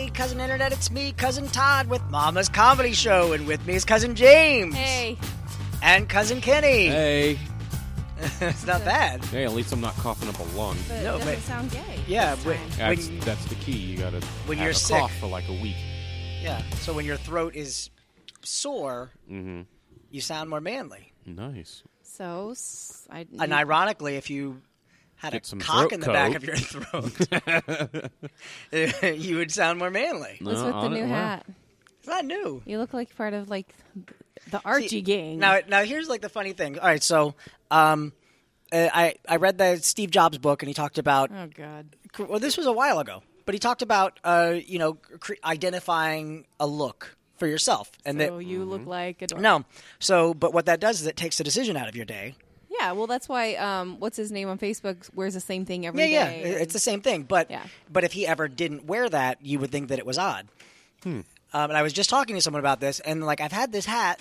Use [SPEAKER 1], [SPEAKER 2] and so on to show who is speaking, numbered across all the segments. [SPEAKER 1] internet, it's me, Cousin Todd, with Mama's Comedy Show, and with me is Cousin James.
[SPEAKER 2] Hey.
[SPEAKER 1] And Cousin Kenny.
[SPEAKER 3] Hey.
[SPEAKER 1] it's not bad.
[SPEAKER 3] Hey, at least I'm not coughing up a lung.
[SPEAKER 2] But
[SPEAKER 1] No,
[SPEAKER 2] it doesn't
[SPEAKER 1] but-
[SPEAKER 2] sound gay.
[SPEAKER 1] Yeah,
[SPEAKER 2] this
[SPEAKER 1] wait.
[SPEAKER 2] time.
[SPEAKER 3] That's
[SPEAKER 1] When-
[SPEAKER 3] that's the key. You gotta
[SPEAKER 1] When
[SPEAKER 3] have
[SPEAKER 1] you're
[SPEAKER 3] a
[SPEAKER 1] sick.
[SPEAKER 3] cough for like a week.
[SPEAKER 1] Yeah. So when your throat is sore,
[SPEAKER 3] Mm-hmm.
[SPEAKER 1] you sound more manly.
[SPEAKER 3] Nice.
[SPEAKER 2] So, s- I,
[SPEAKER 1] And ironically, if you had
[SPEAKER 3] Get
[SPEAKER 1] a
[SPEAKER 3] some
[SPEAKER 1] cock
[SPEAKER 3] throat
[SPEAKER 1] in the back
[SPEAKER 3] coat.
[SPEAKER 1] of your throat, you would sound more manly.
[SPEAKER 2] what's with the
[SPEAKER 3] on it,
[SPEAKER 2] new
[SPEAKER 3] wow.
[SPEAKER 2] hat?
[SPEAKER 1] It's not new.
[SPEAKER 2] You look like part of like the Archie
[SPEAKER 1] See,
[SPEAKER 2] gang.
[SPEAKER 1] Now, now here's like the funny thing. All right, so um, uh, I I read the Steve Jobs book, and he talked about.
[SPEAKER 2] oh God.
[SPEAKER 1] Well, this was a while ago, but he talked about uh, you know cre- identifying a look for yourself, and
[SPEAKER 2] So
[SPEAKER 1] that
[SPEAKER 2] you look like a dork.
[SPEAKER 1] no. So, but what that does is it takes the decision out of your day.
[SPEAKER 2] Yeah, well, that's why. Um, what's his name on Facebook wears the same thing every
[SPEAKER 1] Yeah,
[SPEAKER 2] day.
[SPEAKER 1] yeah, it's the same thing. But
[SPEAKER 2] Yeah.
[SPEAKER 1] but if he ever didn't wear that, you would think that it was odd.
[SPEAKER 3] Hmm.
[SPEAKER 1] Um, and I was just talking to someone about this, and like I've had this hat,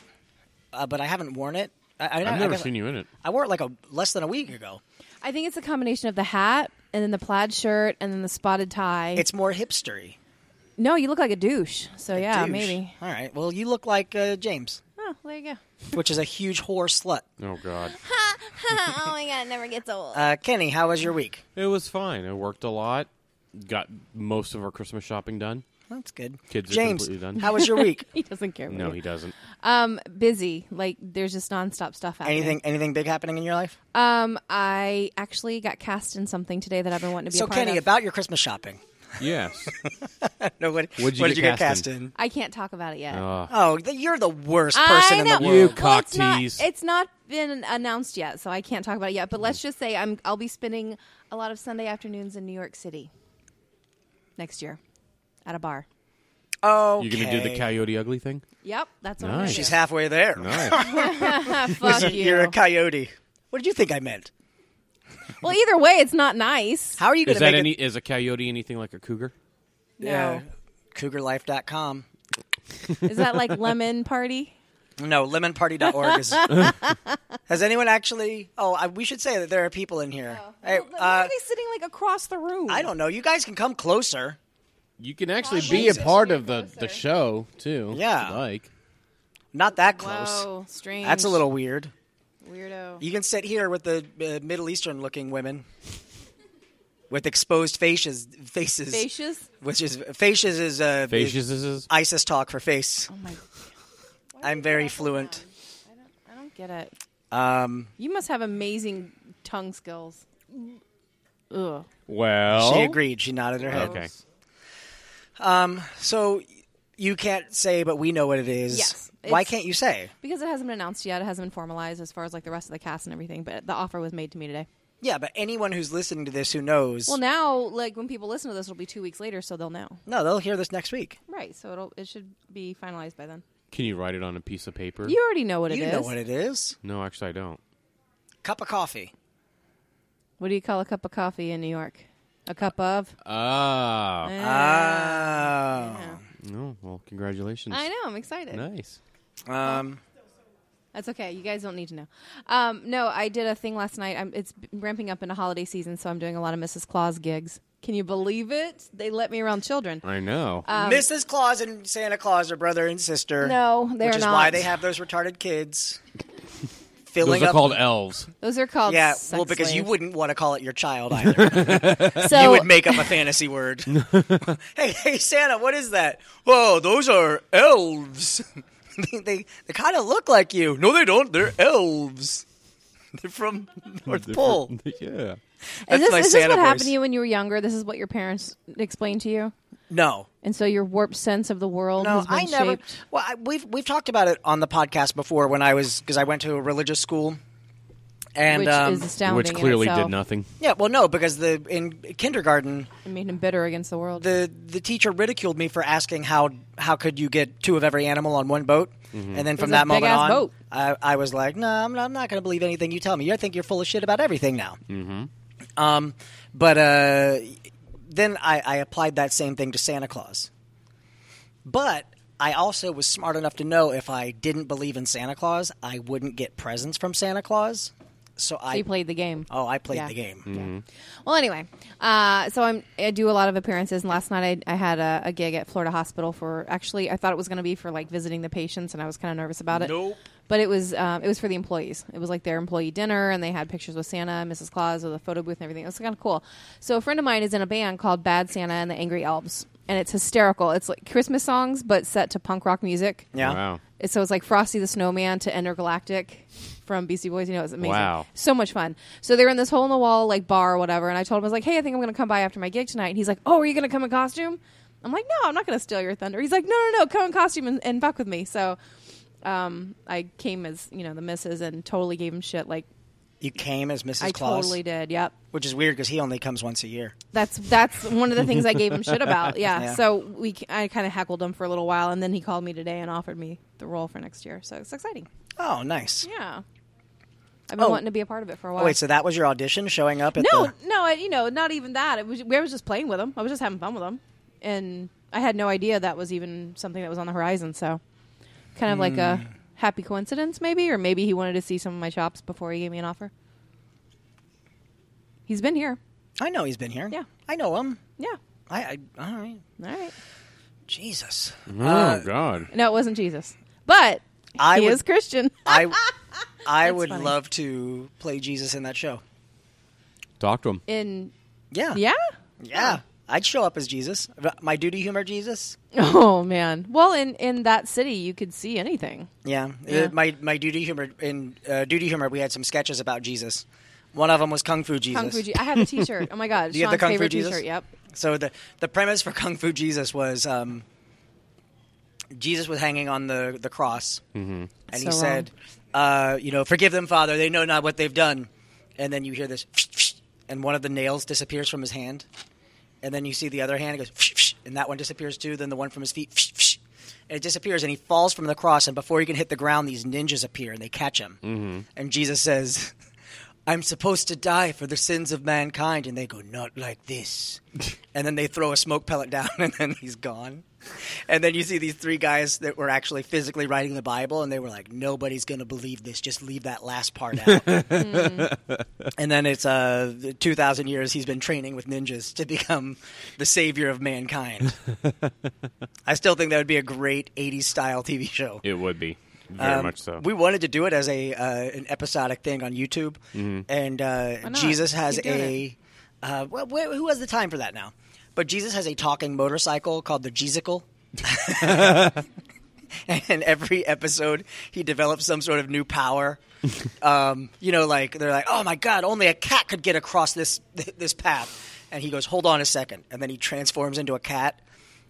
[SPEAKER 1] uh, but I haven't worn it. I, I,
[SPEAKER 3] I've never seen you in it.
[SPEAKER 1] I wore it like a less than a week ago.
[SPEAKER 2] I think it's a combination of the hat and then the plaid shirt and then the spotted tie.
[SPEAKER 1] It's more hipstery.
[SPEAKER 2] no, you look like a douche. So yeah,
[SPEAKER 1] Douche.
[SPEAKER 2] maybe.
[SPEAKER 1] All right. Well, you look like uh, James,
[SPEAKER 2] Oh, there you go.
[SPEAKER 1] which is a huge whore slut.
[SPEAKER 3] Oh God.
[SPEAKER 2] oh my God, it never gets old.
[SPEAKER 1] Uh, Kenny, how was your week?
[SPEAKER 3] it was fine. I worked a lot. Got most of our Christmas shopping done.
[SPEAKER 1] That's good.
[SPEAKER 3] Kids are
[SPEAKER 1] James,
[SPEAKER 3] completely done.
[SPEAKER 1] how was your week?
[SPEAKER 2] he doesn't care.
[SPEAKER 3] No,
[SPEAKER 2] he
[SPEAKER 3] he doesn't.
[SPEAKER 2] um, busy. Like there's just nonstop stuff happening.
[SPEAKER 1] anything anything big happening in your life?
[SPEAKER 2] Um, I actually got cast in something today that I've been wanting to be
[SPEAKER 1] so
[SPEAKER 2] a part
[SPEAKER 1] Kenny,
[SPEAKER 2] of.
[SPEAKER 1] about your Christmas shopping.
[SPEAKER 3] Yes.
[SPEAKER 1] No, what,
[SPEAKER 3] What'd you
[SPEAKER 1] what
[SPEAKER 3] get
[SPEAKER 1] did you get
[SPEAKER 3] cast
[SPEAKER 1] cast in?
[SPEAKER 2] I can't talk about it yet.
[SPEAKER 3] Uh,
[SPEAKER 1] Oh, th- you're the worst person
[SPEAKER 2] I
[SPEAKER 1] in
[SPEAKER 2] know.
[SPEAKER 1] the world.
[SPEAKER 3] You cock
[SPEAKER 2] it's not,
[SPEAKER 3] tease.
[SPEAKER 2] it's not been announced yet, so I can't talk about it yet. But let's just say I'm I'll be spending a lot of Sunday afternoons in New York City next year at a bar.
[SPEAKER 1] Oh,
[SPEAKER 3] you gonna do the coyote ugly thing?
[SPEAKER 2] Yep, that's what
[SPEAKER 3] Nice.
[SPEAKER 1] She's
[SPEAKER 2] I'm
[SPEAKER 1] halfway there.
[SPEAKER 3] Nice.
[SPEAKER 2] gonna do. Fuck you.
[SPEAKER 1] You're a coyote. What did you think I meant?
[SPEAKER 2] well, either way, it's not nice.
[SPEAKER 1] How are you going
[SPEAKER 3] is
[SPEAKER 1] to
[SPEAKER 3] that
[SPEAKER 1] make
[SPEAKER 3] any?
[SPEAKER 1] it?
[SPEAKER 3] Is a coyote anything like a cougar?
[SPEAKER 1] Yeah.
[SPEAKER 2] No,
[SPEAKER 1] CougarLife.com.
[SPEAKER 2] is that like lemon party?
[SPEAKER 1] No, lemonparty.org is. has anyone actually? Oh, I, we should say that there are people in here. Hey,
[SPEAKER 2] Oh, Well,
[SPEAKER 1] uh,
[SPEAKER 2] why are they sitting like across the room?
[SPEAKER 1] I don't know. You guys can come closer.
[SPEAKER 3] You can actually
[SPEAKER 2] Probably
[SPEAKER 3] be a
[SPEAKER 2] so.
[SPEAKER 3] part of the,
[SPEAKER 2] Closer.
[SPEAKER 3] the show too. if
[SPEAKER 1] Yeah.
[SPEAKER 3] you like
[SPEAKER 1] Not that close.
[SPEAKER 2] Whoa, strange.
[SPEAKER 1] That's a little weird.
[SPEAKER 2] weirdo.
[SPEAKER 1] You can sit here with the uh, Middle Eastern looking women with exposed faces, faces,
[SPEAKER 2] Facious.
[SPEAKER 1] which is faces is uh,
[SPEAKER 3] faces is
[SPEAKER 1] ISIS talk for face.
[SPEAKER 2] Oh my. Why
[SPEAKER 1] I'm
[SPEAKER 2] is
[SPEAKER 1] very
[SPEAKER 2] that
[SPEAKER 1] fluent.
[SPEAKER 2] on? I don't, I don't get it.
[SPEAKER 1] Um,
[SPEAKER 2] You must have amazing tongue skills. Ugh.
[SPEAKER 3] well.
[SPEAKER 1] She agreed. She nodded her head.
[SPEAKER 3] Okay.
[SPEAKER 1] So you can't say, but we know what it is.
[SPEAKER 2] Yes.
[SPEAKER 1] Why
[SPEAKER 2] It's-
[SPEAKER 1] can't you say?
[SPEAKER 2] Because it hasn't been announced yet, it hasn't been formalized as far as like the rest of the cast and everything. But the offer was made to me today.
[SPEAKER 1] Yeah, but anyone who's listening to this who knows,
[SPEAKER 2] Well, now like when people listen to this, it'll be two weeks later, so they'll know.
[SPEAKER 1] no, they'll hear this next week.
[SPEAKER 2] Right. So it'll it should be finalized by then.
[SPEAKER 3] Can you write it on a piece of paper?
[SPEAKER 2] You already know what it is.
[SPEAKER 1] you know what it is.
[SPEAKER 3] No, actually, I don't.
[SPEAKER 1] Cup of coffee.
[SPEAKER 2] What do you call a cup of coffee in New York? A cup of.
[SPEAKER 3] Ah.
[SPEAKER 2] Eh.
[SPEAKER 1] Oh.
[SPEAKER 3] No. Well, congratulations.
[SPEAKER 2] I know. I'm excited.
[SPEAKER 3] Nice.
[SPEAKER 2] Oh.
[SPEAKER 1] Um,
[SPEAKER 2] That's okay. You guys don't need to know. Um, no, I did a thing last night. I'm, it's b- ramping up into holiday season, so I'm doing a lot of Mrs. Claus gigs. Can you believe it? They let me around children.
[SPEAKER 3] I know.
[SPEAKER 2] Uh,
[SPEAKER 1] Mrs. Claus and Santa Claus are brother and sister.
[SPEAKER 2] Um, No, they're
[SPEAKER 1] Which is
[SPEAKER 2] not.
[SPEAKER 1] why they have those retarded kids. filling
[SPEAKER 3] Those are
[SPEAKER 1] up.
[SPEAKER 3] called elves.
[SPEAKER 2] Those are called.
[SPEAKER 1] yeah,
[SPEAKER 2] sex
[SPEAKER 1] well, because you
[SPEAKER 2] slaves. Oh.
[SPEAKER 1] wouldn't want to call it your child either.
[SPEAKER 2] So
[SPEAKER 1] you would make up a fantasy word. hey, hey, Santa, what is that? Whoa, those are elves. they they, they kind of look like you. No, they don't. They're elves. They're from North Pole.
[SPEAKER 3] yeah.
[SPEAKER 2] is
[SPEAKER 1] That's
[SPEAKER 2] this,
[SPEAKER 1] my
[SPEAKER 2] is this
[SPEAKER 1] Santa
[SPEAKER 2] what happened
[SPEAKER 1] voice.
[SPEAKER 2] to you when you were younger? This is what your parents explained to you,
[SPEAKER 1] No,
[SPEAKER 2] and so your warped sense of the world
[SPEAKER 1] no,
[SPEAKER 2] has been
[SPEAKER 1] I never.
[SPEAKER 2] shaped.
[SPEAKER 1] Well, I, we've we've talked about it on the podcast before when I was because I went to a religious school, and
[SPEAKER 2] Which
[SPEAKER 1] um,
[SPEAKER 2] is astounding.
[SPEAKER 3] Which
[SPEAKER 2] in
[SPEAKER 3] clearly
[SPEAKER 2] itself.
[SPEAKER 3] did nothing.
[SPEAKER 1] yeah, well, no, because the in kindergarten
[SPEAKER 2] It made him bitter against the world.
[SPEAKER 1] the the teacher ridiculed me for asking how how could you get two of every animal on one boat, and then
[SPEAKER 2] Mm-hmm. was
[SPEAKER 1] from
[SPEAKER 2] a
[SPEAKER 1] that moment
[SPEAKER 2] big-ass
[SPEAKER 1] on,
[SPEAKER 2] boat.
[SPEAKER 1] I, I was like, no, I'm not, I'm not going to believe anything you tell me. I think you're full of shit about everything now. Mm-hmm. Um, but uh, then I, I applied that same thing to Santa Claus, but. I also was smart enough to know if I didn't believe in Santa Claus, I wouldn't get presents from Santa Claus. So I
[SPEAKER 2] You played the game.
[SPEAKER 1] oh I played
[SPEAKER 2] Yeah.
[SPEAKER 1] the game.
[SPEAKER 2] Mm. Well, anyway, uh, so I'm, I do a lot of appearances. And last night I, I had a, a gig at Florida Hospital for actually I thought it was going to be for like visiting the patients, and I was kind of nervous about it.
[SPEAKER 3] Nope.
[SPEAKER 2] But it was um, it was for the employees. It was like their employee dinner, and they had pictures with Santa, and Mrs. Claus, with a photo booth and everything. It was kind of cool. So a friend of mine is in a band called Bad Santa and the Angry Elves, and it's hysterical. It's like Christmas songs, but set to punk rock music.
[SPEAKER 1] Yeah. Uh,
[SPEAKER 3] Wow.
[SPEAKER 2] It's- So it's like Frosty the Snowman to Intergalactic from Beastie Boys. You know, it's amazing.
[SPEAKER 3] Wow.
[SPEAKER 2] So much fun. So they were in this hole in the wall like bar or whatever, and I told him I was like, "Hey, I think I'm going to come by after my gig tonight." And he's like, "Oh, are you going to come in costume?" I'm like, "No, I'm not going to steal your thunder." He's like, "No, no, no, come in costume and, and fuck with me." So um, I came as you know the missus and totally gave him shit. Like
[SPEAKER 1] You came as Mrs.
[SPEAKER 2] I
[SPEAKER 1] Claus,
[SPEAKER 2] totally did. Yep.
[SPEAKER 1] which is weird because he only comes once a year.
[SPEAKER 2] That's that's one of the things I gave him shit about. Yeah.
[SPEAKER 1] Yeah.
[SPEAKER 2] So we c- I kind of heckled him for a little while, and then he called me today and offered me the role for next year. So it's exciting.
[SPEAKER 1] Oh, nice.
[SPEAKER 2] Yeah. I've been
[SPEAKER 1] Oh.
[SPEAKER 2] wanting to be a part of it for a while.
[SPEAKER 1] Oh, wait, so that was your audition showing up at
[SPEAKER 2] no,
[SPEAKER 1] the
[SPEAKER 2] no, I, you know, not even that. It was, we- I was just playing with them. I was just having fun with them, and I had no idea that was even something that was on the horizon. So, kind of like
[SPEAKER 1] Hmm.
[SPEAKER 2] a happy coincidence, maybe, or maybe he wanted to see some of my chops before he gave me an offer. He's been here.
[SPEAKER 1] I know he's been here.
[SPEAKER 2] Yeah.
[SPEAKER 1] I know him.
[SPEAKER 2] Yeah.
[SPEAKER 1] I, I all right.
[SPEAKER 2] All right.
[SPEAKER 1] Jesus. Uh,
[SPEAKER 3] Oh God.
[SPEAKER 2] No, it wasn't Jesus, but
[SPEAKER 1] I
[SPEAKER 2] he
[SPEAKER 1] would-
[SPEAKER 2] is Christian.
[SPEAKER 1] I I
[SPEAKER 2] That's
[SPEAKER 1] would
[SPEAKER 2] funny.
[SPEAKER 1] love to play Jesus in that show.
[SPEAKER 3] Talk to him.
[SPEAKER 2] In
[SPEAKER 1] Yeah.
[SPEAKER 2] yeah.
[SPEAKER 1] Yeah. I'd show up as Jesus. My duty humor Jesus.
[SPEAKER 2] Oh man. Well, in in that city, you could see anything.
[SPEAKER 1] Yeah.
[SPEAKER 2] Yeah.
[SPEAKER 1] Uh, my my duty humor in uh, duty humor we had some sketches about Jesus. One of them was Kung Fu Jesus.
[SPEAKER 2] Kung Fu. Je- I have a T-shirt. Oh my god,
[SPEAKER 1] Do you have the
[SPEAKER 2] Sean's
[SPEAKER 1] Kung Fu
[SPEAKER 2] favorite
[SPEAKER 1] Jesus?
[SPEAKER 2] T-shirt. Yep.
[SPEAKER 1] So the the premise for Kung Fu Jesus was um, Jesus was hanging on the the cross, and he
[SPEAKER 2] So
[SPEAKER 1] said, uh, "You know, forgive them, Father. They know not what they've done." And then you hear this, and one of the nails disappears from his hand, and then you see the other hand it goes, and that one disappears too. Then the one from his feet. And it disappears, and he falls from the cross. And before he can hit the ground, these ninjas appear and they catch him. Mm-hmm. And Jesus says, I'm supposed to die for the sins of mankind. And they go, Not like this. and then they throw a smoke pellet down, and then he's gone. And then you see these three guys that were actually physically writing the Bible, and they were like, Nobody's going to believe this. Just leave that last part out. and then it's uh, 2,000 years he's been training with ninjas to become the savior of mankind. I still think that would be a great 80s style TV show.
[SPEAKER 3] It would be very
[SPEAKER 1] Um,
[SPEAKER 3] much so.
[SPEAKER 1] We wanted to do it as a uh, an episodic thing on YouTube,
[SPEAKER 3] Mm-hmm.
[SPEAKER 1] and uh,
[SPEAKER 2] not?
[SPEAKER 1] Jesus has
[SPEAKER 2] Keep doing
[SPEAKER 1] a uh, well, wh- who has the time for that now? But Jesus has a talking motorcycle called the Jesusicle. and every episode, he develops some sort of new power. um, you know, like they're like, "Oh my God, only a cat could get across this this path," and he goes, "Hold on a second. and then he transforms into a cat.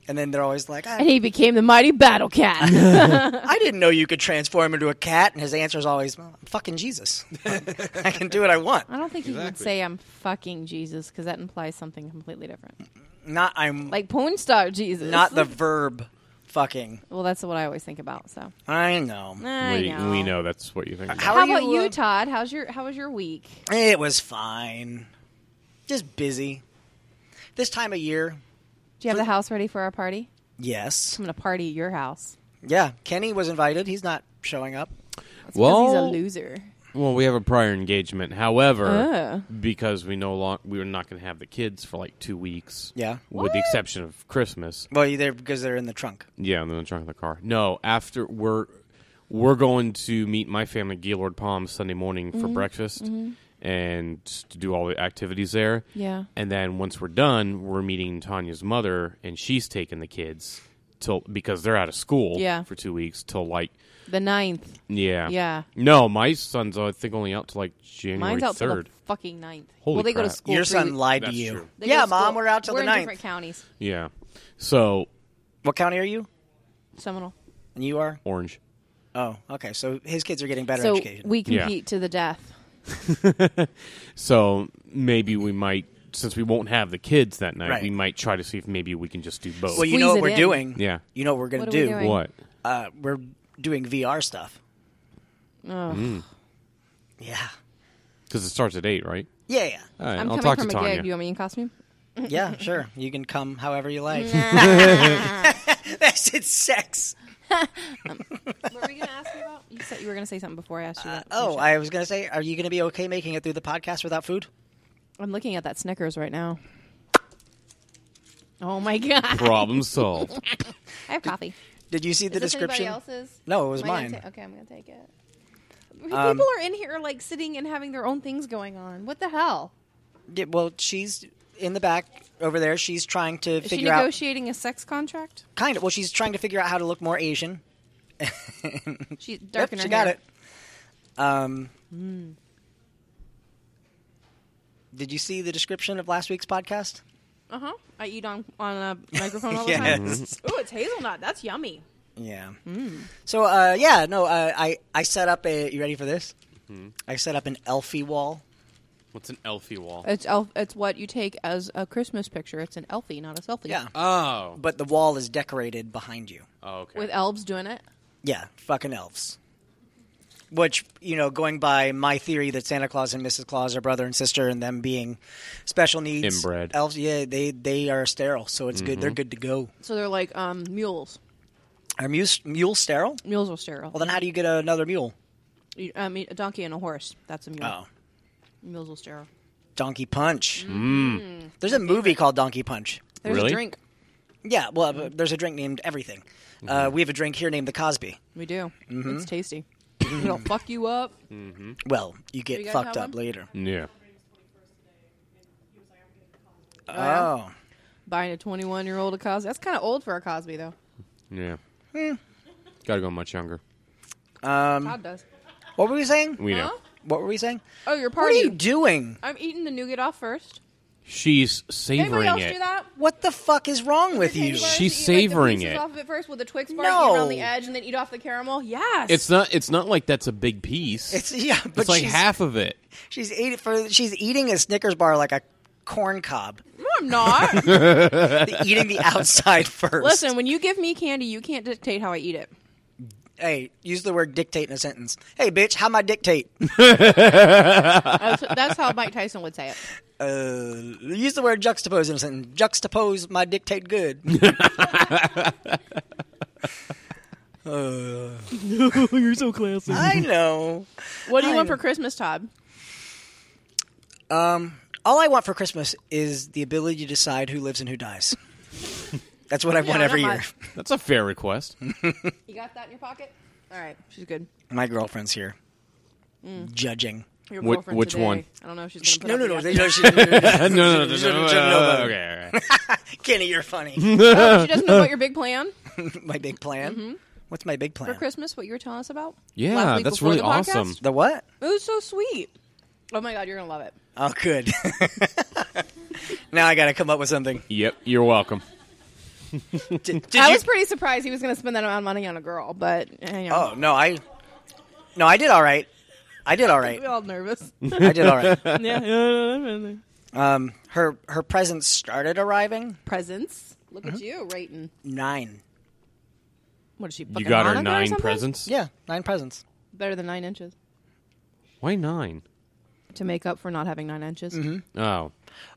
[SPEAKER 1] And then they're always like, "Ah,
[SPEAKER 2] And he became the mighty battle cat.
[SPEAKER 1] I didn't know you could transform into a cat. And his answer is always, well, I'm fucking Jesus. I can do what I want.
[SPEAKER 2] I don't think he would
[SPEAKER 3] Exactly.
[SPEAKER 2] say I'm fucking Jesus because that implies something completely different.
[SPEAKER 1] Not I'm
[SPEAKER 2] Like porn star Jesus.
[SPEAKER 1] not the verb fucking.
[SPEAKER 2] well, that's what I always think about. So
[SPEAKER 1] I know.
[SPEAKER 2] I
[SPEAKER 3] we,
[SPEAKER 2] know.
[SPEAKER 3] we know that's what you think.
[SPEAKER 1] How
[SPEAKER 2] How
[SPEAKER 1] are
[SPEAKER 2] about
[SPEAKER 1] you,
[SPEAKER 2] you,
[SPEAKER 1] uh,
[SPEAKER 2] Todd? How's your How was your week?
[SPEAKER 1] It was fine. Just busy. This time of year,
[SPEAKER 2] Do you have the house ready for our party?
[SPEAKER 1] yes.
[SPEAKER 2] I'm gonna party at your house.
[SPEAKER 1] Yeah, Kenny was invited. He's not showing up.
[SPEAKER 2] Because he's a
[SPEAKER 3] well,
[SPEAKER 2] loser.
[SPEAKER 3] well, we have a prior engagement. However,
[SPEAKER 2] Oh.
[SPEAKER 3] because we no long we were not going to have the kids for like two weeks.
[SPEAKER 1] Yeah.
[SPEAKER 3] with the exception of Christmas.
[SPEAKER 1] Well, they're because they're in the trunk.
[SPEAKER 3] Yeah, and then the trunk of the car. No, after we're we're going to meet my family at Gaylord Palms Sunday morning
[SPEAKER 2] Mm-hmm.
[SPEAKER 3] for breakfast and just to do all the activities there.
[SPEAKER 2] Yeah.
[SPEAKER 3] And then once we're done, we're meeting Tanya's mother and she's taking the kids till because they're out of school
[SPEAKER 2] Yeah.
[SPEAKER 3] for 2 weeks till like
[SPEAKER 2] The ninth.
[SPEAKER 3] yeah.
[SPEAKER 2] Yeah.
[SPEAKER 3] No, my son's I think only out till like January
[SPEAKER 2] Mine's out till
[SPEAKER 3] 3rd.
[SPEAKER 2] the fucking ninth.
[SPEAKER 3] Holy
[SPEAKER 2] well, they go to
[SPEAKER 3] crap.
[SPEAKER 2] school.
[SPEAKER 1] Your
[SPEAKER 2] three
[SPEAKER 1] son
[SPEAKER 2] weeks-
[SPEAKER 1] lied to
[SPEAKER 3] That's
[SPEAKER 1] you.
[SPEAKER 3] true.
[SPEAKER 2] they go to
[SPEAKER 1] Yeah, mom,
[SPEAKER 2] school-
[SPEAKER 1] we're out till
[SPEAKER 2] we're
[SPEAKER 1] the
[SPEAKER 2] in
[SPEAKER 1] ninth.
[SPEAKER 2] different counties.
[SPEAKER 3] yeah. So,
[SPEAKER 1] What county are you?
[SPEAKER 2] Seminole.
[SPEAKER 1] And you are?
[SPEAKER 3] orange.
[SPEAKER 1] Oh, okay. So his kids are getting better
[SPEAKER 2] So
[SPEAKER 1] education.
[SPEAKER 2] we
[SPEAKER 3] Yeah.
[SPEAKER 2] compete to the death.
[SPEAKER 3] So, maybe we might since we won't have the kids that night,
[SPEAKER 1] Right.
[SPEAKER 3] we might try to see if maybe we can just do both.
[SPEAKER 1] well, you
[SPEAKER 2] Squeeze
[SPEAKER 1] know what
[SPEAKER 2] it
[SPEAKER 1] we're
[SPEAKER 2] in.
[SPEAKER 1] doing.
[SPEAKER 3] Yeah.
[SPEAKER 1] You know what we're going
[SPEAKER 2] What
[SPEAKER 1] to
[SPEAKER 2] are we
[SPEAKER 1] do.
[SPEAKER 2] doing?
[SPEAKER 3] what?
[SPEAKER 1] uh, we're doing VR stuff.
[SPEAKER 3] Mm.
[SPEAKER 1] Yeah.
[SPEAKER 3] Because it starts at eight, right?
[SPEAKER 1] Yeah, yeah.
[SPEAKER 3] All right,
[SPEAKER 2] I'm
[SPEAKER 3] I'll
[SPEAKER 2] coming
[SPEAKER 3] talk
[SPEAKER 2] from
[SPEAKER 3] to
[SPEAKER 2] a
[SPEAKER 3] Tanya.
[SPEAKER 2] gig. You want me in costume?
[SPEAKER 1] Yeah, sure. You can come however you like. That's it's sex.
[SPEAKER 2] What were you going to ask me about? You said you were going to say something before I asked you. That.
[SPEAKER 1] Oh,
[SPEAKER 2] Shit.
[SPEAKER 1] I was going to say, are you going to be okay making it through the podcast without food?
[SPEAKER 2] I'm looking at that Snickers right now. Oh my god!
[SPEAKER 3] Problem solved.
[SPEAKER 2] I have coffee.
[SPEAKER 1] Did you see the
[SPEAKER 2] Is this
[SPEAKER 1] description?
[SPEAKER 2] anybody else's?
[SPEAKER 1] No, it was
[SPEAKER 2] Am I gonna
[SPEAKER 1] mine.
[SPEAKER 2] ta- okay, I'm gonna take it.
[SPEAKER 1] Um,
[SPEAKER 2] People are in here like sitting and having their own things going on. What the hell?
[SPEAKER 1] Yeah, well, she's in the back over there. She's trying to
[SPEAKER 2] Is she
[SPEAKER 1] figure out
[SPEAKER 2] negotiating a sex contract?
[SPEAKER 1] kind of. Well, she's trying to figure out how to look more Asian.
[SPEAKER 2] She
[SPEAKER 1] Yep,
[SPEAKER 2] darkening
[SPEAKER 1] she
[SPEAKER 2] her
[SPEAKER 1] got
[SPEAKER 2] hair. Mm.
[SPEAKER 1] it. Um, Did you see the description of last week's podcast?
[SPEAKER 2] Uh huh. I eat on on a microphone all the
[SPEAKER 1] Yes. Mm-hmm.
[SPEAKER 2] time. Mm. Ooh, it's hazelnut. That's yummy.
[SPEAKER 1] Yeah. So uh, yeah, no, uh, I I set up a. You ready for this? I set up an Elfie wall.
[SPEAKER 3] What's an Elfie wall?
[SPEAKER 2] It's elf. It's what you take as a Christmas picture. It's an elfie, not a selfie.
[SPEAKER 1] Yeah,
[SPEAKER 3] Oh.
[SPEAKER 1] Uh, but the wall is decorated behind you.
[SPEAKER 3] oh okay.
[SPEAKER 2] With elves doing it.
[SPEAKER 1] Yeah, fucking elves. Which, you know, going by my theory that Santa Claus and Mrs. Claus are brother and sister and them being special needs
[SPEAKER 3] Inbred.
[SPEAKER 1] elves, yeah, they they are sterile, so it's good. They're good to go.
[SPEAKER 2] So they're like um, mules.
[SPEAKER 1] Are mules, mules sterile?
[SPEAKER 2] Mules are sterile.
[SPEAKER 1] Well, then how do you get another mule?
[SPEAKER 2] You- I mean, a donkey and a horse. That's a mule.
[SPEAKER 1] Oh,
[SPEAKER 2] Mules are sterile.
[SPEAKER 1] Donkey Punch. Mm. There's a movie called Donkey Punch.
[SPEAKER 2] There's
[SPEAKER 3] Really?
[SPEAKER 2] a drink.
[SPEAKER 1] Yeah, well,
[SPEAKER 3] Mm-hmm.
[SPEAKER 1] but there's a drink named everything. Uh, we have a drink here named the Cosby.
[SPEAKER 2] We do. It's tasty. It'll fuck you up.
[SPEAKER 1] Well, you get
[SPEAKER 2] You guys
[SPEAKER 1] fucked
[SPEAKER 2] have
[SPEAKER 1] up
[SPEAKER 2] one?
[SPEAKER 1] later.
[SPEAKER 3] yeah.
[SPEAKER 1] Oh,
[SPEAKER 2] Buying a 21 year old a Cosby. That's kind of old for a Cosby, though.
[SPEAKER 3] Yeah. Gotta go much younger.
[SPEAKER 2] Todd does.
[SPEAKER 1] what were we saying?
[SPEAKER 3] We know.
[SPEAKER 2] Huh?
[SPEAKER 1] What were we saying?
[SPEAKER 2] Oh, your
[SPEAKER 1] What are
[SPEAKER 2] party.
[SPEAKER 1] you doing?
[SPEAKER 2] I'm eating the nougat off first.
[SPEAKER 3] She's
[SPEAKER 2] Anybody
[SPEAKER 3] savoring
[SPEAKER 2] else
[SPEAKER 3] it.
[SPEAKER 2] do that?
[SPEAKER 1] What the fuck is wrong with you?
[SPEAKER 2] Anybody else
[SPEAKER 3] She's
[SPEAKER 2] eat, like, the
[SPEAKER 3] savoring
[SPEAKER 2] pieces
[SPEAKER 3] it.
[SPEAKER 2] Off of it first with a Twix bar,
[SPEAKER 1] No.
[SPEAKER 2] eat around the edge, and then eat off the caramel. Yes.
[SPEAKER 3] It's not. It's not like that's a big piece.
[SPEAKER 1] It's yeah, but
[SPEAKER 3] it's like
[SPEAKER 1] she's,
[SPEAKER 3] half of it.
[SPEAKER 1] She's eating for she's eating a Snickers bar like a corn cob,
[SPEAKER 2] no, I'm not.
[SPEAKER 1] The- eating the outside first.
[SPEAKER 2] Listen, when you give me candy, you can't dictate how I eat it.
[SPEAKER 1] hey, use the word dictate in a sentence. Hey, bitch, how my dictate?
[SPEAKER 2] That's, that's how Mike Tyson would say it.
[SPEAKER 1] Uh, use the word juxtapose in a sentence. Juxtapose my dictate good. Uh,
[SPEAKER 2] You're so classy.
[SPEAKER 1] I know.
[SPEAKER 2] What do you
[SPEAKER 1] I
[SPEAKER 2] want
[SPEAKER 1] know.
[SPEAKER 2] for Christmas, Todd?
[SPEAKER 1] All I want for Christmas is the ability to decide who lives and who dies. That's what I want every
[SPEAKER 2] not
[SPEAKER 1] year.
[SPEAKER 2] much.
[SPEAKER 3] That's a fair request.
[SPEAKER 2] You got that in your pocket? All right, she's good.
[SPEAKER 1] My girlfriend's here, judging.
[SPEAKER 2] Your
[SPEAKER 3] Wh-
[SPEAKER 2] girlfriend
[SPEAKER 3] which
[SPEAKER 2] today.
[SPEAKER 3] one?
[SPEAKER 2] I don't know if she's going to Mm. put
[SPEAKER 1] No,
[SPEAKER 2] up
[SPEAKER 1] no, no.
[SPEAKER 2] with that.
[SPEAKER 1] They, no, she, no, no,
[SPEAKER 3] no, no, no,
[SPEAKER 1] she- no, no.
[SPEAKER 3] okay. all right.
[SPEAKER 1] Kenny, you're funny.
[SPEAKER 2] Oh, she doesn't know about your big plan
[SPEAKER 1] my big plan. What's my big plan?
[SPEAKER 2] Mm-hmm. for Christmas. What you were telling us about?
[SPEAKER 3] Yeah,
[SPEAKER 2] Last week
[SPEAKER 3] that's
[SPEAKER 2] before
[SPEAKER 3] really
[SPEAKER 2] the podcast?
[SPEAKER 3] awesome.
[SPEAKER 1] The what?
[SPEAKER 2] It was so sweet. Oh my god, you're gonna love it.
[SPEAKER 1] Oh, good. now I got to come up with something.
[SPEAKER 3] Yep, you're welcome.
[SPEAKER 1] Did, did
[SPEAKER 2] I
[SPEAKER 1] you?
[SPEAKER 2] was pretty surprised he was gonna spend that amount of money on a girl, but you know,
[SPEAKER 1] oh no, I. No, I did all right. I did all right.
[SPEAKER 2] we all nervous. yeah,
[SPEAKER 1] I did all right.
[SPEAKER 2] yeah.
[SPEAKER 1] Um, her her presents started arriving
[SPEAKER 2] Presents. Look
[SPEAKER 1] Uh-huh.
[SPEAKER 2] at you, rating.
[SPEAKER 1] nine.
[SPEAKER 2] What is she?
[SPEAKER 3] You
[SPEAKER 2] fucking
[SPEAKER 3] got
[SPEAKER 2] Hanukkah
[SPEAKER 3] her
[SPEAKER 2] or
[SPEAKER 3] nine
[SPEAKER 2] something?
[SPEAKER 3] presents.
[SPEAKER 1] Yeah, nine presents.
[SPEAKER 2] Better than nine inches
[SPEAKER 3] Why nine?
[SPEAKER 2] to make up for not having nine inches.
[SPEAKER 1] Mm-hmm.
[SPEAKER 3] Oh,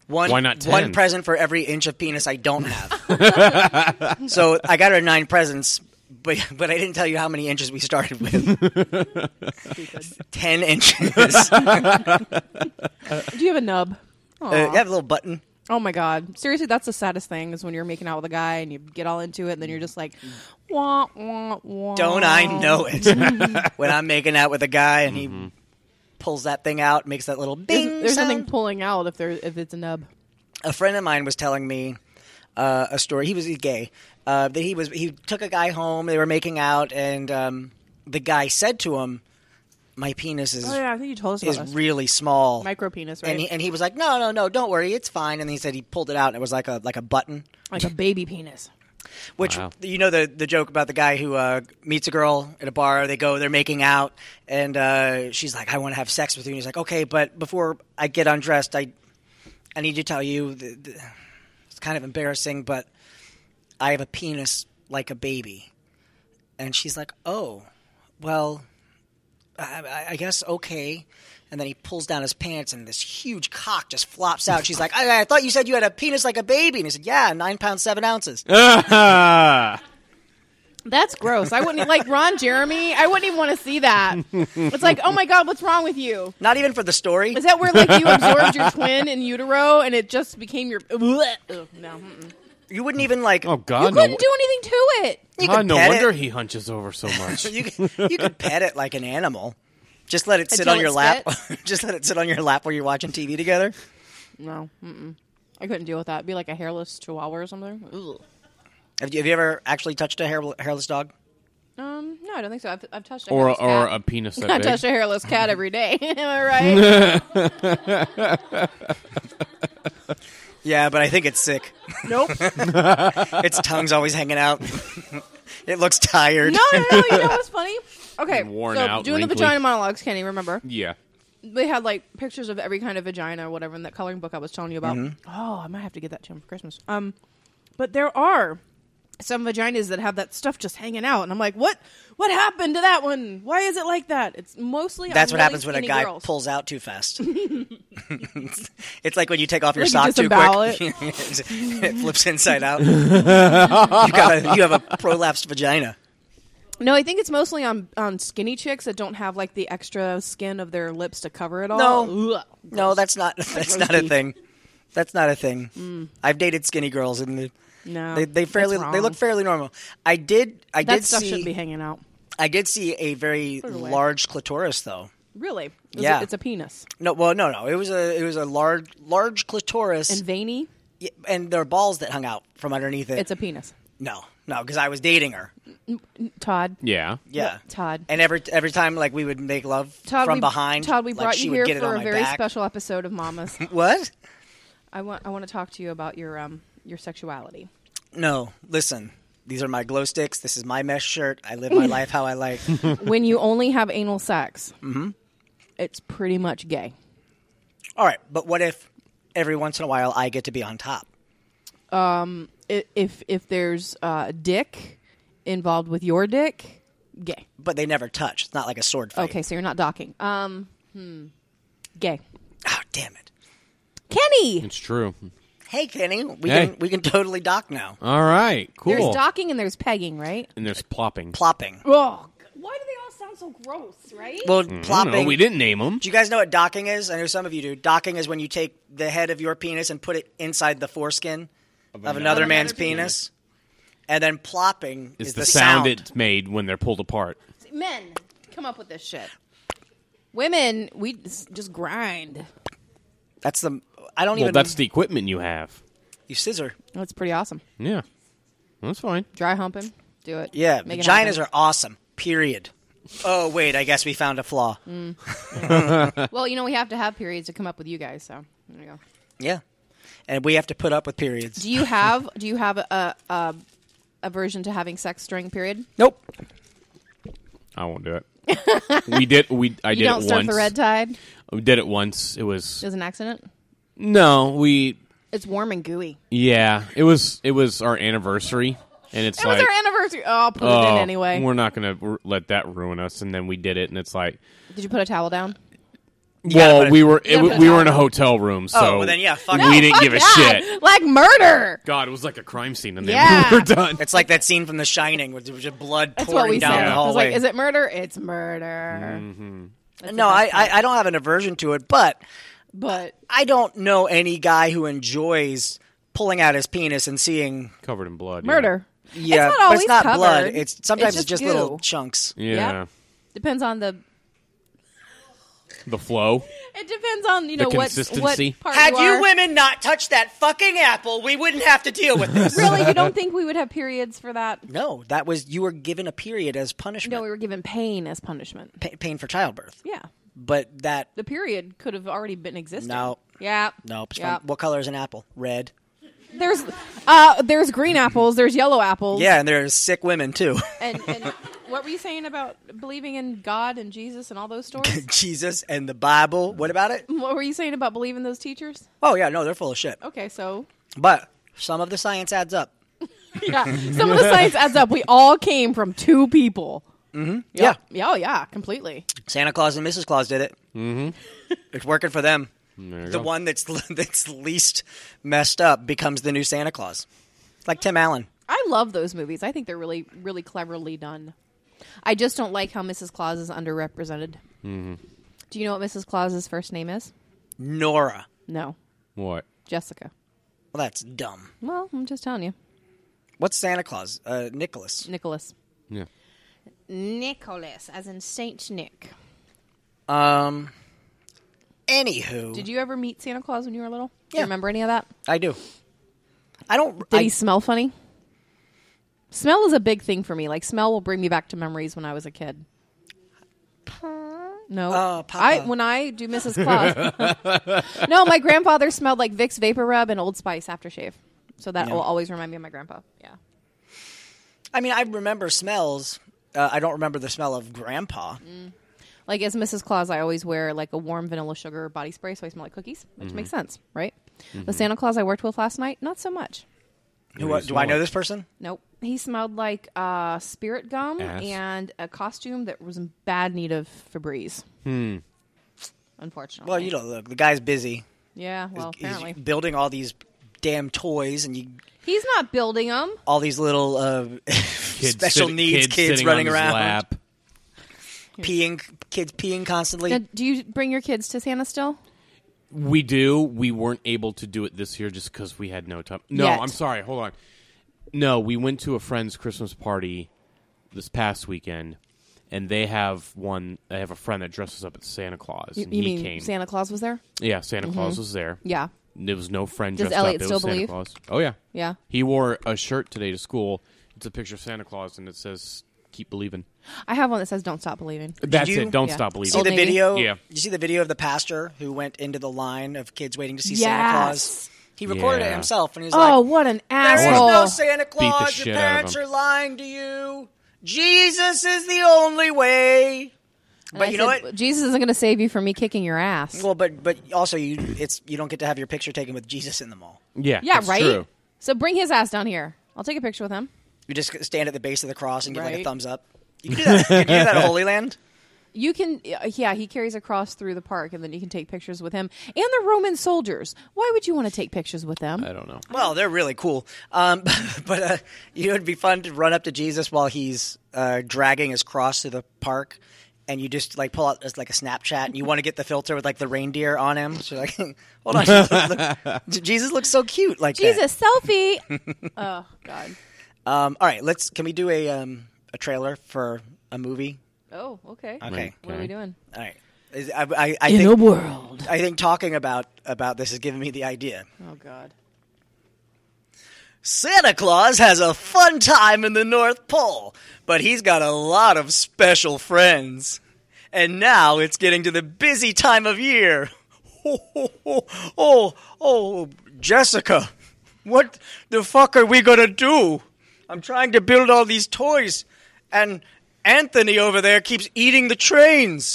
[SPEAKER 1] One,
[SPEAKER 3] Why not
[SPEAKER 1] One
[SPEAKER 3] 10?
[SPEAKER 1] present for every inch of penis I don't have. so I got her nine presents, but but I didn't tell you how many inches we started with. Ten inches. uh,
[SPEAKER 2] Do you have a nub?
[SPEAKER 1] you
[SPEAKER 3] Uh,
[SPEAKER 2] Aw.
[SPEAKER 1] have a little button.
[SPEAKER 2] Oh my god! Seriously, that's the saddest thing is when you're making out with a guy and you get all into it, and then you're just like, wah wah wah.
[SPEAKER 1] Don't I know it? when I'm making out with a guy and
[SPEAKER 3] Mm-hmm.
[SPEAKER 1] he pulls that thing out, makes that little
[SPEAKER 2] There's,
[SPEAKER 1] bing
[SPEAKER 2] there's
[SPEAKER 1] sound.
[SPEAKER 2] nothing pulling out if there if it's a nub.
[SPEAKER 1] a friend of mine was telling me uh, a story. He was he's gay. Uh, that he was he took a guy home. They were making out, and um, the guy said to him, "My penis is
[SPEAKER 2] Oh yeah, I think you told us
[SPEAKER 1] is
[SPEAKER 2] about this.
[SPEAKER 1] really small."
[SPEAKER 2] micro penis, right?
[SPEAKER 1] and he, and he was like, "No, no, no, don't worry, it's fine." And he said he pulled it out, and it was like a like a button.
[SPEAKER 2] like a baby penis.
[SPEAKER 1] Which
[SPEAKER 3] Wow.
[SPEAKER 1] you know the the joke about the guy who uh, meets a girl at a bar. They go, they're making out, and uh, she's like, "I want to have sex with you." And he's like, "Okay, but before I get undressed, I I need to tell you, th- th- it's kind of embarrassing, but I have a penis like a baby." And she's like, "Oh, well, I- I, I guess okay." And then he pulls down his pants, and this huge cock just flops out. She's like, I, "I thought you said
[SPEAKER 3] Oh,
[SPEAKER 1] you had a penis like a baby," and he said, "Yeah, nine pounds seven ounces."
[SPEAKER 2] That's gross. I wouldn't e-, like Ron Jeremy. I wouldn't even want to see that. It's like, oh my god, what's wrong with you?
[SPEAKER 1] Not even for the story.
[SPEAKER 2] Is that where like you absorbed your twin in utero and it just became your? Ugh, no, mm-mm.
[SPEAKER 1] You wouldn't even like.
[SPEAKER 3] Oh
[SPEAKER 2] you
[SPEAKER 3] God, no,
[SPEAKER 2] couldn't do anything to it.
[SPEAKER 1] You
[SPEAKER 3] God,
[SPEAKER 1] could
[SPEAKER 3] no
[SPEAKER 1] pet
[SPEAKER 3] wonder
[SPEAKER 1] it.
[SPEAKER 3] he hunches over so much.
[SPEAKER 1] You could, you could pet it like an animal. Just let it sit
[SPEAKER 2] Until
[SPEAKER 1] on your
[SPEAKER 2] it
[SPEAKER 1] lap. Just let it sit on your lap while you're watching TV together.
[SPEAKER 2] No, mm-mm. I couldn't deal with that. It'd be like a hairless chihuahua or something. Ugh.
[SPEAKER 1] Have you, have you ever actually touched a hair, hairless dog?
[SPEAKER 2] Um, no, I don't think so. I've, I've touched a
[SPEAKER 3] or
[SPEAKER 2] hairless
[SPEAKER 3] or a
[SPEAKER 2] cat.
[SPEAKER 3] penis that
[SPEAKER 2] I
[SPEAKER 3] big.
[SPEAKER 2] touch a hairless cat every day. Am I right?
[SPEAKER 1] Yeah, but I think it's sick.
[SPEAKER 2] nope.
[SPEAKER 1] its tongue's always hanging out. it looks tired.
[SPEAKER 2] No, no, no. You know what's funny? Okay,
[SPEAKER 3] Worn
[SPEAKER 2] so
[SPEAKER 3] out,
[SPEAKER 2] doing the
[SPEAKER 3] wrinkly.
[SPEAKER 2] vagina monologues, Kenny. Remember?
[SPEAKER 3] Yeah.
[SPEAKER 2] they had like pictures of every kind of vagina or whatever in that coloring book I was telling you about.
[SPEAKER 3] Mm-hmm.
[SPEAKER 2] Oh, I might have to get that to him for Christmas. Um, but there are some vaginas that have that stuff just hanging out, and I'm like, what? What happened to that one? Why is it like that? It's mostly
[SPEAKER 1] That's
[SPEAKER 2] on
[SPEAKER 1] what
[SPEAKER 2] really
[SPEAKER 1] happens when a
[SPEAKER 2] skinny
[SPEAKER 1] guy
[SPEAKER 2] girls.
[SPEAKER 1] pulls out too fast. it's like when you take off your
[SPEAKER 2] Like you
[SPEAKER 1] sock too
[SPEAKER 2] disembowel
[SPEAKER 1] quick.
[SPEAKER 2] it.
[SPEAKER 1] it flips inside out. you, got a, you have a prolapsed vagina.
[SPEAKER 2] No, I think it's mostly on on skinny chicks that don't have like the extra skin of their lips to cover it all.
[SPEAKER 1] No.
[SPEAKER 2] Ugh.
[SPEAKER 1] No, that's not that's not a
[SPEAKER 2] roast beef.
[SPEAKER 1] thing. That's not a thing. I've dated skinny girls and they-
[SPEAKER 2] no,
[SPEAKER 1] they they
[SPEAKER 2] Mm. that's
[SPEAKER 1] fairly they
[SPEAKER 2] wrong.
[SPEAKER 1] look fairly normal. I did I
[SPEAKER 2] That
[SPEAKER 1] did
[SPEAKER 2] stuff
[SPEAKER 1] see
[SPEAKER 2] should be hanging out.
[SPEAKER 1] I did see a very
[SPEAKER 2] it away.
[SPEAKER 1] large clitoris though.
[SPEAKER 2] Really? It's a-
[SPEAKER 1] Yeah.
[SPEAKER 2] it's a penis
[SPEAKER 1] No, well, no, no. It was a it was a large large clitoris
[SPEAKER 2] and
[SPEAKER 1] and,
[SPEAKER 2] veiny.
[SPEAKER 1] and there are balls that hung out from underneath it.
[SPEAKER 2] It's a penis.
[SPEAKER 1] no, no, because I was dating her.
[SPEAKER 2] Todd.
[SPEAKER 3] Yeah.
[SPEAKER 1] Yeah,
[SPEAKER 2] Todd.
[SPEAKER 1] And every every time like we would make love
[SPEAKER 2] Todd,
[SPEAKER 1] from
[SPEAKER 2] we,
[SPEAKER 1] behind.
[SPEAKER 2] Todd, we
[SPEAKER 1] like,
[SPEAKER 2] brought
[SPEAKER 1] she
[SPEAKER 2] you
[SPEAKER 1] would
[SPEAKER 2] here
[SPEAKER 1] get it
[SPEAKER 2] for
[SPEAKER 1] on
[SPEAKER 2] a
[SPEAKER 1] my
[SPEAKER 2] very
[SPEAKER 1] back.
[SPEAKER 2] special episode of Mama's.
[SPEAKER 1] What?
[SPEAKER 2] I want I want to talk to you about your um your sexuality.
[SPEAKER 1] No, listen. These are my glow sticks. This is my mesh shirt. I live my life how I like.
[SPEAKER 2] when you only have anal sex,
[SPEAKER 1] Mm-hmm.
[SPEAKER 2] it's pretty much gay.
[SPEAKER 1] All right, but what if every once in a while I get to be on top?
[SPEAKER 2] I- If if there's uh, dick involved with your dick, gay.
[SPEAKER 1] But they never touch. It's not like a sword fight.
[SPEAKER 2] Okay, so you're not docking. Um, hmm. gay.
[SPEAKER 1] Oh, damn it.
[SPEAKER 2] Kenny,
[SPEAKER 3] It's true.
[SPEAKER 1] Hey, Kenny, we
[SPEAKER 3] Hey.
[SPEAKER 1] can we can totally dock now.
[SPEAKER 3] All right. Cool.
[SPEAKER 2] there's docking and there's pegging, right?
[SPEAKER 3] and there's plopping.
[SPEAKER 1] Plopping.
[SPEAKER 2] Oh, why do they all sound so gross, right?
[SPEAKER 1] Well,
[SPEAKER 3] I
[SPEAKER 1] plopping.
[SPEAKER 3] don't know. Mm-hmm. We didn't name them.
[SPEAKER 1] Do you guys know what docking is? I know some of you do. Docking is when you take the head of your penis and put it inside the foreskin of, another man's penis. and then plopping
[SPEAKER 3] It's
[SPEAKER 1] is
[SPEAKER 3] the,
[SPEAKER 1] the
[SPEAKER 3] sound it's made when they're pulled apart.
[SPEAKER 2] Men, come up with this shit. Women, we just just grind.
[SPEAKER 1] That's the. I don't
[SPEAKER 3] Well,
[SPEAKER 1] even.
[SPEAKER 3] that's the equipment you have.
[SPEAKER 1] you scissor.
[SPEAKER 2] That's pretty awesome.
[SPEAKER 3] Yeah. That's fine.
[SPEAKER 2] Dry humping, do it.
[SPEAKER 1] Yeah,
[SPEAKER 2] Make it
[SPEAKER 1] vaginas
[SPEAKER 2] happen.
[SPEAKER 1] are awesome. Period. Oh wait, I guess we found a flaw.
[SPEAKER 2] Mm. Well, you know we have to have periods to come up with you guys. So there you go.
[SPEAKER 1] Yeah, and we have to put up with periods.
[SPEAKER 2] Do you have do you have a, a aversion to having sex during period?
[SPEAKER 1] nope.
[SPEAKER 3] I won't do it. we did. We I
[SPEAKER 2] You
[SPEAKER 3] did
[SPEAKER 2] don't
[SPEAKER 3] it
[SPEAKER 2] surf
[SPEAKER 3] once.
[SPEAKER 2] the red tide.
[SPEAKER 3] we did it once. It was
[SPEAKER 2] It was an accident.
[SPEAKER 3] no. We
[SPEAKER 2] It's warm and gooey.
[SPEAKER 3] yeah. It was it was our anniversary, and it's
[SPEAKER 2] It
[SPEAKER 3] like
[SPEAKER 2] was our anniversary. Oh, I'll put it in
[SPEAKER 3] oh,
[SPEAKER 2] anyway.
[SPEAKER 3] We're not gonna r- let that ruin us. And then we did it, and it's like
[SPEAKER 2] Did you put a towel down?
[SPEAKER 1] gotta
[SPEAKER 3] well,
[SPEAKER 1] put a-
[SPEAKER 3] we were it,
[SPEAKER 2] gotta
[SPEAKER 3] w-
[SPEAKER 2] put a
[SPEAKER 3] we
[SPEAKER 2] towel
[SPEAKER 3] were in a
[SPEAKER 2] down.
[SPEAKER 3] hotel room, so
[SPEAKER 1] Oh, well, then, yeah, fuck
[SPEAKER 3] we
[SPEAKER 1] it.
[SPEAKER 3] didn't
[SPEAKER 2] Fuck
[SPEAKER 3] give a
[SPEAKER 2] that.
[SPEAKER 3] shit.
[SPEAKER 2] Like murder.
[SPEAKER 3] God, it was like a crime scene, and then
[SPEAKER 2] Yeah.
[SPEAKER 3] we were done.
[SPEAKER 1] It's like that scene from The Shining with with just blood
[SPEAKER 2] That's
[SPEAKER 1] pouring
[SPEAKER 2] what we
[SPEAKER 1] down
[SPEAKER 2] said.
[SPEAKER 1] the
[SPEAKER 2] I was
[SPEAKER 1] hallway.
[SPEAKER 2] like, is it murder? It's murder.
[SPEAKER 3] Mm.
[SPEAKER 1] no, I, I I don't have an aversion to it, but
[SPEAKER 2] But
[SPEAKER 1] I don't know any guy who enjoys pulling out his penis and seeing
[SPEAKER 3] Covered in blood. yeah.
[SPEAKER 2] murder.
[SPEAKER 1] yeah,
[SPEAKER 2] it's not
[SPEAKER 1] but
[SPEAKER 2] always
[SPEAKER 1] it's not
[SPEAKER 2] covered.
[SPEAKER 1] blood. It's sometimes it's just,
[SPEAKER 2] goo.
[SPEAKER 1] little chunks.
[SPEAKER 3] Yeah.
[SPEAKER 2] Yep. Depends on the
[SPEAKER 3] The flow.
[SPEAKER 2] It depends on you know what what
[SPEAKER 3] consistency.
[SPEAKER 2] part
[SPEAKER 1] Had
[SPEAKER 2] you,
[SPEAKER 1] you women not touched that fucking apple, we wouldn't have to deal with this.
[SPEAKER 2] are. Really, you don't think we would have periods for that?
[SPEAKER 1] No, that was you were given a period as punishment,
[SPEAKER 2] No, we were given pain as punishment.
[SPEAKER 1] pa- pain for childbirth.
[SPEAKER 2] Yeah,
[SPEAKER 1] But that
[SPEAKER 2] the period could have already been existing.
[SPEAKER 1] No.
[SPEAKER 2] Yeah.
[SPEAKER 1] nope. it's
[SPEAKER 2] Yeah.
[SPEAKER 1] fine. What color is an apple? Red.
[SPEAKER 2] There's uh there's green apples. There's yellow apples.
[SPEAKER 1] Yeah, and there's sick women too.
[SPEAKER 2] And, and what were you saying about believing in God and Jesus and all those stories?
[SPEAKER 1] Jesus and the Bible. What about it?
[SPEAKER 2] what were you saying about believing those teachers?
[SPEAKER 1] Oh yeah, no, they're full of shit.
[SPEAKER 2] Okay, so
[SPEAKER 1] But some of the science adds up.
[SPEAKER 2] yeah, some of the science adds up. We all came from two people.
[SPEAKER 1] Yeah,
[SPEAKER 2] Yeah, oh yeah, completely.
[SPEAKER 1] Santa Claus and Mrs. Claus did it. Mm-hmm. It's working for them.
[SPEAKER 3] There you
[SPEAKER 1] The
[SPEAKER 3] go.
[SPEAKER 1] one that's that's least messed up becomes the new Santa Claus, like Tim Allen.
[SPEAKER 2] I love those movies. I think they're really, really cleverly done. I just don't like how Mrs. Claus is underrepresented. Do you know what Mrs. Claus's first name is?
[SPEAKER 1] Nora.
[SPEAKER 2] No,
[SPEAKER 3] What?
[SPEAKER 2] Jessica.
[SPEAKER 1] Well, that's dumb.
[SPEAKER 2] Well, I'm just telling you,
[SPEAKER 1] What's Santa Claus? Uh, Nicholas.
[SPEAKER 2] Nicholas.
[SPEAKER 3] Yeah.
[SPEAKER 2] Nicholas, as in Saint Nick.
[SPEAKER 1] Um. Anywho,
[SPEAKER 2] Did you ever meet Santa Claus when you were little? Do
[SPEAKER 1] Yeah.
[SPEAKER 2] you remember any of that?
[SPEAKER 1] I do. I don't.
[SPEAKER 2] Did
[SPEAKER 1] I,
[SPEAKER 2] he smell funny? Smell is a big thing for me. Like smell will bring me back to memories when I was a kid. No,
[SPEAKER 1] Oh, Papa.
[SPEAKER 2] I when I do Mrs. Claus. no, my grandfather smelled like Vicks Vapor Rub and Old Spice aftershave, so that
[SPEAKER 1] Yeah.
[SPEAKER 2] will always remind me of my grandpa. Yeah,
[SPEAKER 1] I mean, I remember smells. Uh, I don't remember the smell of Grandpa.
[SPEAKER 2] Mm. like as Mrs. Claus, I always wear like a warm vanilla sugar body spray, so I smell like cookies,
[SPEAKER 1] Mm-hmm.
[SPEAKER 2] which makes sense, right? The Santa Claus I worked with last night, not so much.
[SPEAKER 1] Who,
[SPEAKER 3] Maybe
[SPEAKER 1] do I
[SPEAKER 3] smell
[SPEAKER 1] know
[SPEAKER 3] it.
[SPEAKER 1] this person?
[SPEAKER 2] Nope. He smelled like uh, spirit gum
[SPEAKER 3] Ass.
[SPEAKER 2] and a costume that was in bad need of Febreze. Hmm. Unfortunately.
[SPEAKER 1] Well, you know, look, the guy's busy.
[SPEAKER 2] Yeah, well,
[SPEAKER 1] He's
[SPEAKER 2] apparently.
[SPEAKER 1] building all these damn toys and you
[SPEAKER 2] He's not building them.
[SPEAKER 1] all these little uh, special
[SPEAKER 3] sit-
[SPEAKER 1] needs
[SPEAKER 3] kid
[SPEAKER 1] kids
[SPEAKER 3] sitting
[SPEAKER 1] running
[SPEAKER 3] on his
[SPEAKER 1] around,
[SPEAKER 3] lap.
[SPEAKER 1] peeing, kids peeing constantly.
[SPEAKER 2] Now, do you bring your kids to Santa still?
[SPEAKER 3] We do. We weren't able to do it this year just because we had no time. No,
[SPEAKER 2] Yet.
[SPEAKER 3] I'm sorry. Hold on. No, we went to a friend's Christmas party this past weekend, and they have one. They have a friend that dresses up as Santa Claus.
[SPEAKER 2] You,
[SPEAKER 3] and
[SPEAKER 2] you
[SPEAKER 3] he
[SPEAKER 2] mean
[SPEAKER 3] came.
[SPEAKER 2] Santa Claus was there?
[SPEAKER 3] yeah, Santa Claus was there.
[SPEAKER 2] Yeah.
[SPEAKER 3] There was no friend
[SPEAKER 2] Does
[SPEAKER 3] dressed
[SPEAKER 2] Elliot
[SPEAKER 3] up. It
[SPEAKER 2] still
[SPEAKER 3] was Santa
[SPEAKER 2] believe?
[SPEAKER 3] Claus. Oh yeah,
[SPEAKER 2] Yeah.
[SPEAKER 3] He wore a shirt today to school. It's a picture of Santa Claus, and it says "Keep believing."
[SPEAKER 2] I have one that says "Don't stop believing."
[SPEAKER 3] That's
[SPEAKER 1] you-
[SPEAKER 3] it. Don't
[SPEAKER 2] Yeah.
[SPEAKER 3] stop
[SPEAKER 1] see
[SPEAKER 3] believing.
[SPEAKER 1] the
[SPEAKER 2] Navy?
[SPEAKER 1] video?
[SPEAKER 3] Yeah.
[SPEAKER 1] You see the video of the pastor who went into the line of kids waiting to see
[SPEAKER 2] Yes.
[SPEAKER 1] Santa Claus? He recorded it
[SPEAKER 3] Yeah.
[SPEAKER 1] himself and he was
[SPEAKER 2] Oh,
[SPEAKER 1] like,
[SPEAKER 2] what an
[SPEAKER 1] There is
[SPEAKER 2] asshole!
[SPEAKER 1] no Santa
[SPEAKER 3] the
[SPEAKER 1] Claus.
[SPEAKER 3] shit
[SPEAKER 1] Your
[SPEAKER 3] out of
[SPEAKER 1] parents
[SPEAKER 3] him."
[SPEAKER 1] are lying to you. Jesus is the only way.
[SPEAKER 2] And
[SPEAKER 1] But
[SPEAKER 2] I
[SPEAKER 1] you know
[SPEAKER 2] said,
[SPEAKER 1] what?
[SPEAKER 2] Jesus isn't going to save you from me kicking your ass.
[SPEAKER 1] Well, but but also you it's you don't get to have your picture taken with Jesus in the mall.
[SPEAKER 3] yeah,
[SPEAKER 2] yeah,
[SPEAKER 3] that's
[SPEAKER 2] right.
[SPEAKER 3] True.
[SPEAKER 2] So bring his ass down here. I'll take a picture with him.
[SPEAKER 1] You just stand at the base of the cross and give like
[SPEAKER 2] Right.
[SPEAKER 1] a thumbs up. You can do that. you can do that at Holy Land.
[SPEAKER 2] You can, uh, yeah, he carries a cross through the park, and then you can take pictures with him and the Roman soldiers. Why would you want to take pictures with them?
[SPEAKER 3] I don't know.
[SPEAKER 1] Well, they're really cool. Um, but uh, you know, it'd be fun to run up to Jesus while he's uh, dragging his cross through the park, and you just like pull out just, like a Snapchat, and you want to get the filter with like the reindeer on him. So you're like, hold on, look, Jesus looks so cute. Like that.
[SPEAKER 2] Jesus, selfie. oh God.
[SPEAKER 1] Um, all right, let's. Can we do a um, a trailer for a movie?
[SPEAKER 2] Oh, okay.
[SPEAKER 1] Okay.
[SPEAKER 2] What are we doing?
[SPEAKER 1] All right. Is- I, I, I think
[SPEAKER 2] world.
[SPEAKER 1] I think talking about about this has given me the idea.
[SPEAKER 2] Oh God.
[SPEAKER 1] Santa Claus has a fun time in the North Pole, but he's got a lot of special friends. And now it's getting to the busy time of year. Oh, oh, oh, oh, oh, Jessica, what the fuck are we gonna do? I'm trying to build all these toys, and Anthony over there keeps eating the trains.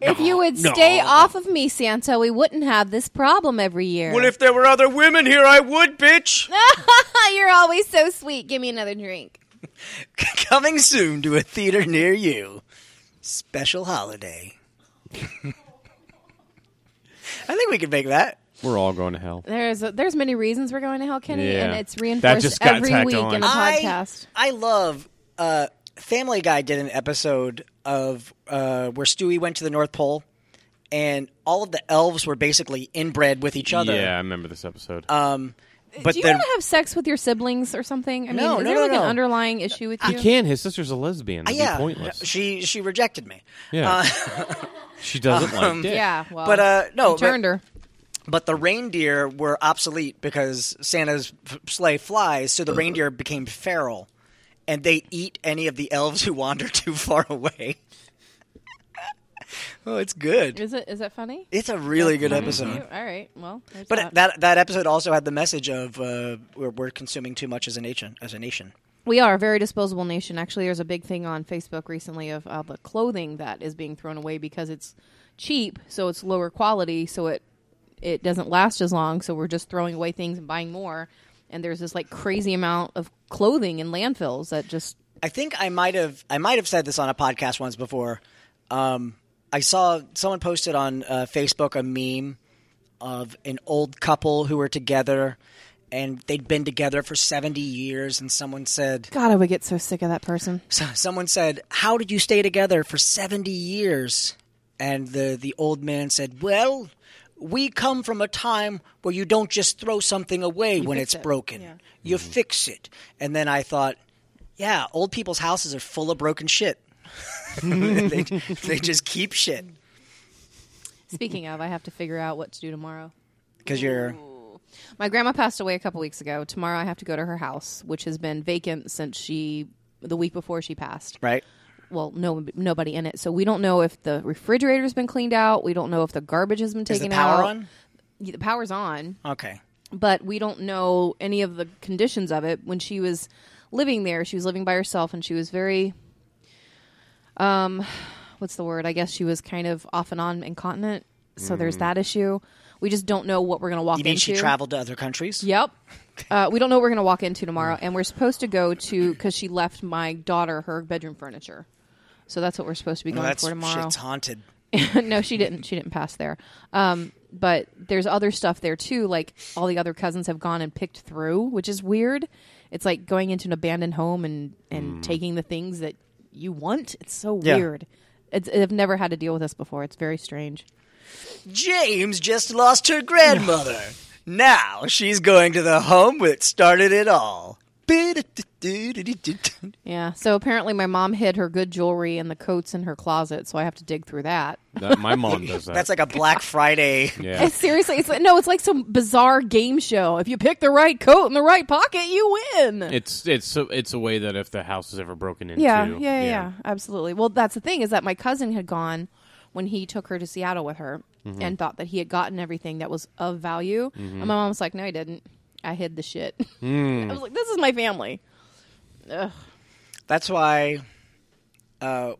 [SPEAKER 2] If you would stay off of me, Santa, we wouldn't have this problem every year.
[SPEAKER 1] Well, if there were other women here, I would, bitch.
[SPEAKER 2] You're always so sweet. Give me another drink.
[SPEAKER 1] Coming soon to a theater near you. Special holiday. I think we could make that.
[SPEAKER 3] We're all going to hell.
[SPEAKER 2] There's there's many reasons we're going to hell, Kenny,
[SPEAKER 3] Yeah.
[SPEAKER 2] and it's
[SPEAKER 3] That
[SPEAKER 2] reinforced
[SPEAKER 3] just got
[SPEAKER 2] every
[SPEAKER 3] tacked
[SPEAKER 2] week
[SPEAKER 3] on.
[SPEAKER 2] in the podcast.
[SPEAKER 1] I, I love. Uh, Family Guy did an episode of uh, where Stewie went to the North Pole, and all of the elves were basically inbred with each other.
[SPEAKER 3] Yeah, I remember this episode.
[SPEAKER 1] Um, but
[SPEAKER 2] Do you
[SPEAKER 1] the-
[SPEAKER 2] want to have sex with your siblings or something? I mean,
[SPEAKER 1] No, no,
[SPEAKER 2] is there
[SPEAKER 1] no,
[SPEAKER 2] like
[SPEAKER 1] no.
[SPEAKER 2] an underlying issue with you?
[SPEAKER 3] he can. His sister's a lesbian. That'd
[SPEAKER 1] yeah,
[SPEAKER 3] be pointless.
[SPEAKER 1] she she rejected me. Uh,
[SPEAKER 3] yeah. she doesn't like dick.
[SPEAKER 2] uh, um, Yeah, well,
[SPEAKER 1] But, uh, no,
[SPEAKER 2] he turned
[SPEAKER 1] but-
[SPEAKER 2] her.
[SPEAKER 1] But the reindeer were obsolete because Santa's f- sleigh flies, so the reindeer became feral, and they eat any of the elves who wander too far away. oh, it's good.
[SPEAKER 2] Is it is it funny?
[SPEAKER 1] It's a really good
[SPEAKER 2] You-
[SPEAKER 1] episode.
[SPEAKER 2] all right, well, there's
[SPEAKER 1] But
[SPEAKER 2] that.
[SPEAKER 1] that that episode also had the message of uh, we're, we're consuming too much as a nation. As a nation,
[SPEAKER 2] we are a very disposable nation. Actually, there's a big thing on Facebook recently of uh, the clothing that is being thrown away because it's cheap, so it's lower quality, so it it doesn't last as long. So we're just throwing away things and buying more. And there's this like crazy amount of clothing in landfills that just
[SPEAKER 1] I think I might have I might have said this on a podcast once before. Um, I saw someone posted on uh, Facebook a meme of an old couple who were together, and they'd been together for 70 years and someone said
[SPEAKER 2] God, I would get so sick of that person.
[SPEAKER 1] so someone said, "How did you stay together for 70 years?" And the the old man said, "Well, we come from a time where you don't just throw something away when it's
[SPEAKER 2] fix it.
[SPEAKER 1] broken.
[SPEAKER 2] Yeah.
[SPEAKER 1] You fix it." And then I thought, "Yeah, old people's houses are full of broken shit. they, they just keep shit
[SPEAKER 2] Speaking of, I have to figure out what to do tomorrow.
[SPEAKER 1] because you're
[SPEAKER 2] My grandma passed away a couple weeks ago. Tomorrow I have to go to her house, which has been vacant since she the week before she passed.
[SPEAKER 1] right."
[SPEAKER 2] Well, no nobody in it. So we don't know if the refrigerator's been cleaned out. We don't know if the garbage has been
[SPEAKER 1] Is
[SPEAKER 2] taken
[SPEAKER 1] the power
[SPEAKER 2] out.
[SPEAKER 1] on?
[SPEAKER 2] Yeah, The power's on,
[SPEAKER 1] Okay.
[SPEAKER 2] but we don't know any of the conditions of it. When she was living there, she was living by herself and she was very um what's the word? I guess she was kind of off and on incontinent. So there's that issue. We just don't know what we're going to walk
[SPEAKER 1] Hmm. You mean
[SPEAKER 2] into.
[SPEAKER 1] she traveled to other countries?
[SPEAKER 2] Yep. Uh, we don't know what we're going to walk into tomorrow, and we're supposed to go to because she left my daughter her bedroom furniture, so that's what we're supposed to be
[SPEAKER 1] Well,
[SPEAKER 2] going
[SPEAKER 1] that's
[SPEAKER 2] for tomorrow.
[SPEAKER 1] shit's haunted.
[SPEAKER 2] no, she didn't. She didn't pass there. Um, but there's other stuff there too. Like all the other cousins have gone and picked through, which is weird. It's like going into an abandoned home and and taking the things that you want. It's so
[SPEAKER 1] Mm. Yeah.
[SPEAKER 2] weird. It's, I've never had to deal with this before. It's very strange.
[SPEAKER 1] James just lost her grandmother. now she's going to the home that started it all.
[SPEAKER 2] Yeah. So apparently, my mom hid her good jewelry and the coats in her closet, so I have to dig through that.
[SPEAKER 3] That, my mom does that.
[SPEAKER 1] That's like a Black Friday.
[SPEAKER 3] yeah.
[SPEAKER 2] It's seriously, it's like, no, it's like some bizarre game show. If you pick the right coat in the right pocket, you win.
[SPEAKER 3] It's it's so it's a way that if the house is ever broken into,
[SPEAKER 2] yeah, yeah, yeah, yeah, absolutely. Well, that's the thing is that my cousin had gone when he took her to Seattle with her and thought that he had gotten everything that was of value. And my mom was like, "No, I didn't. I hid the shit." I was like, "This is my family." Ugh.
[SPEAKER 1] That's why uh,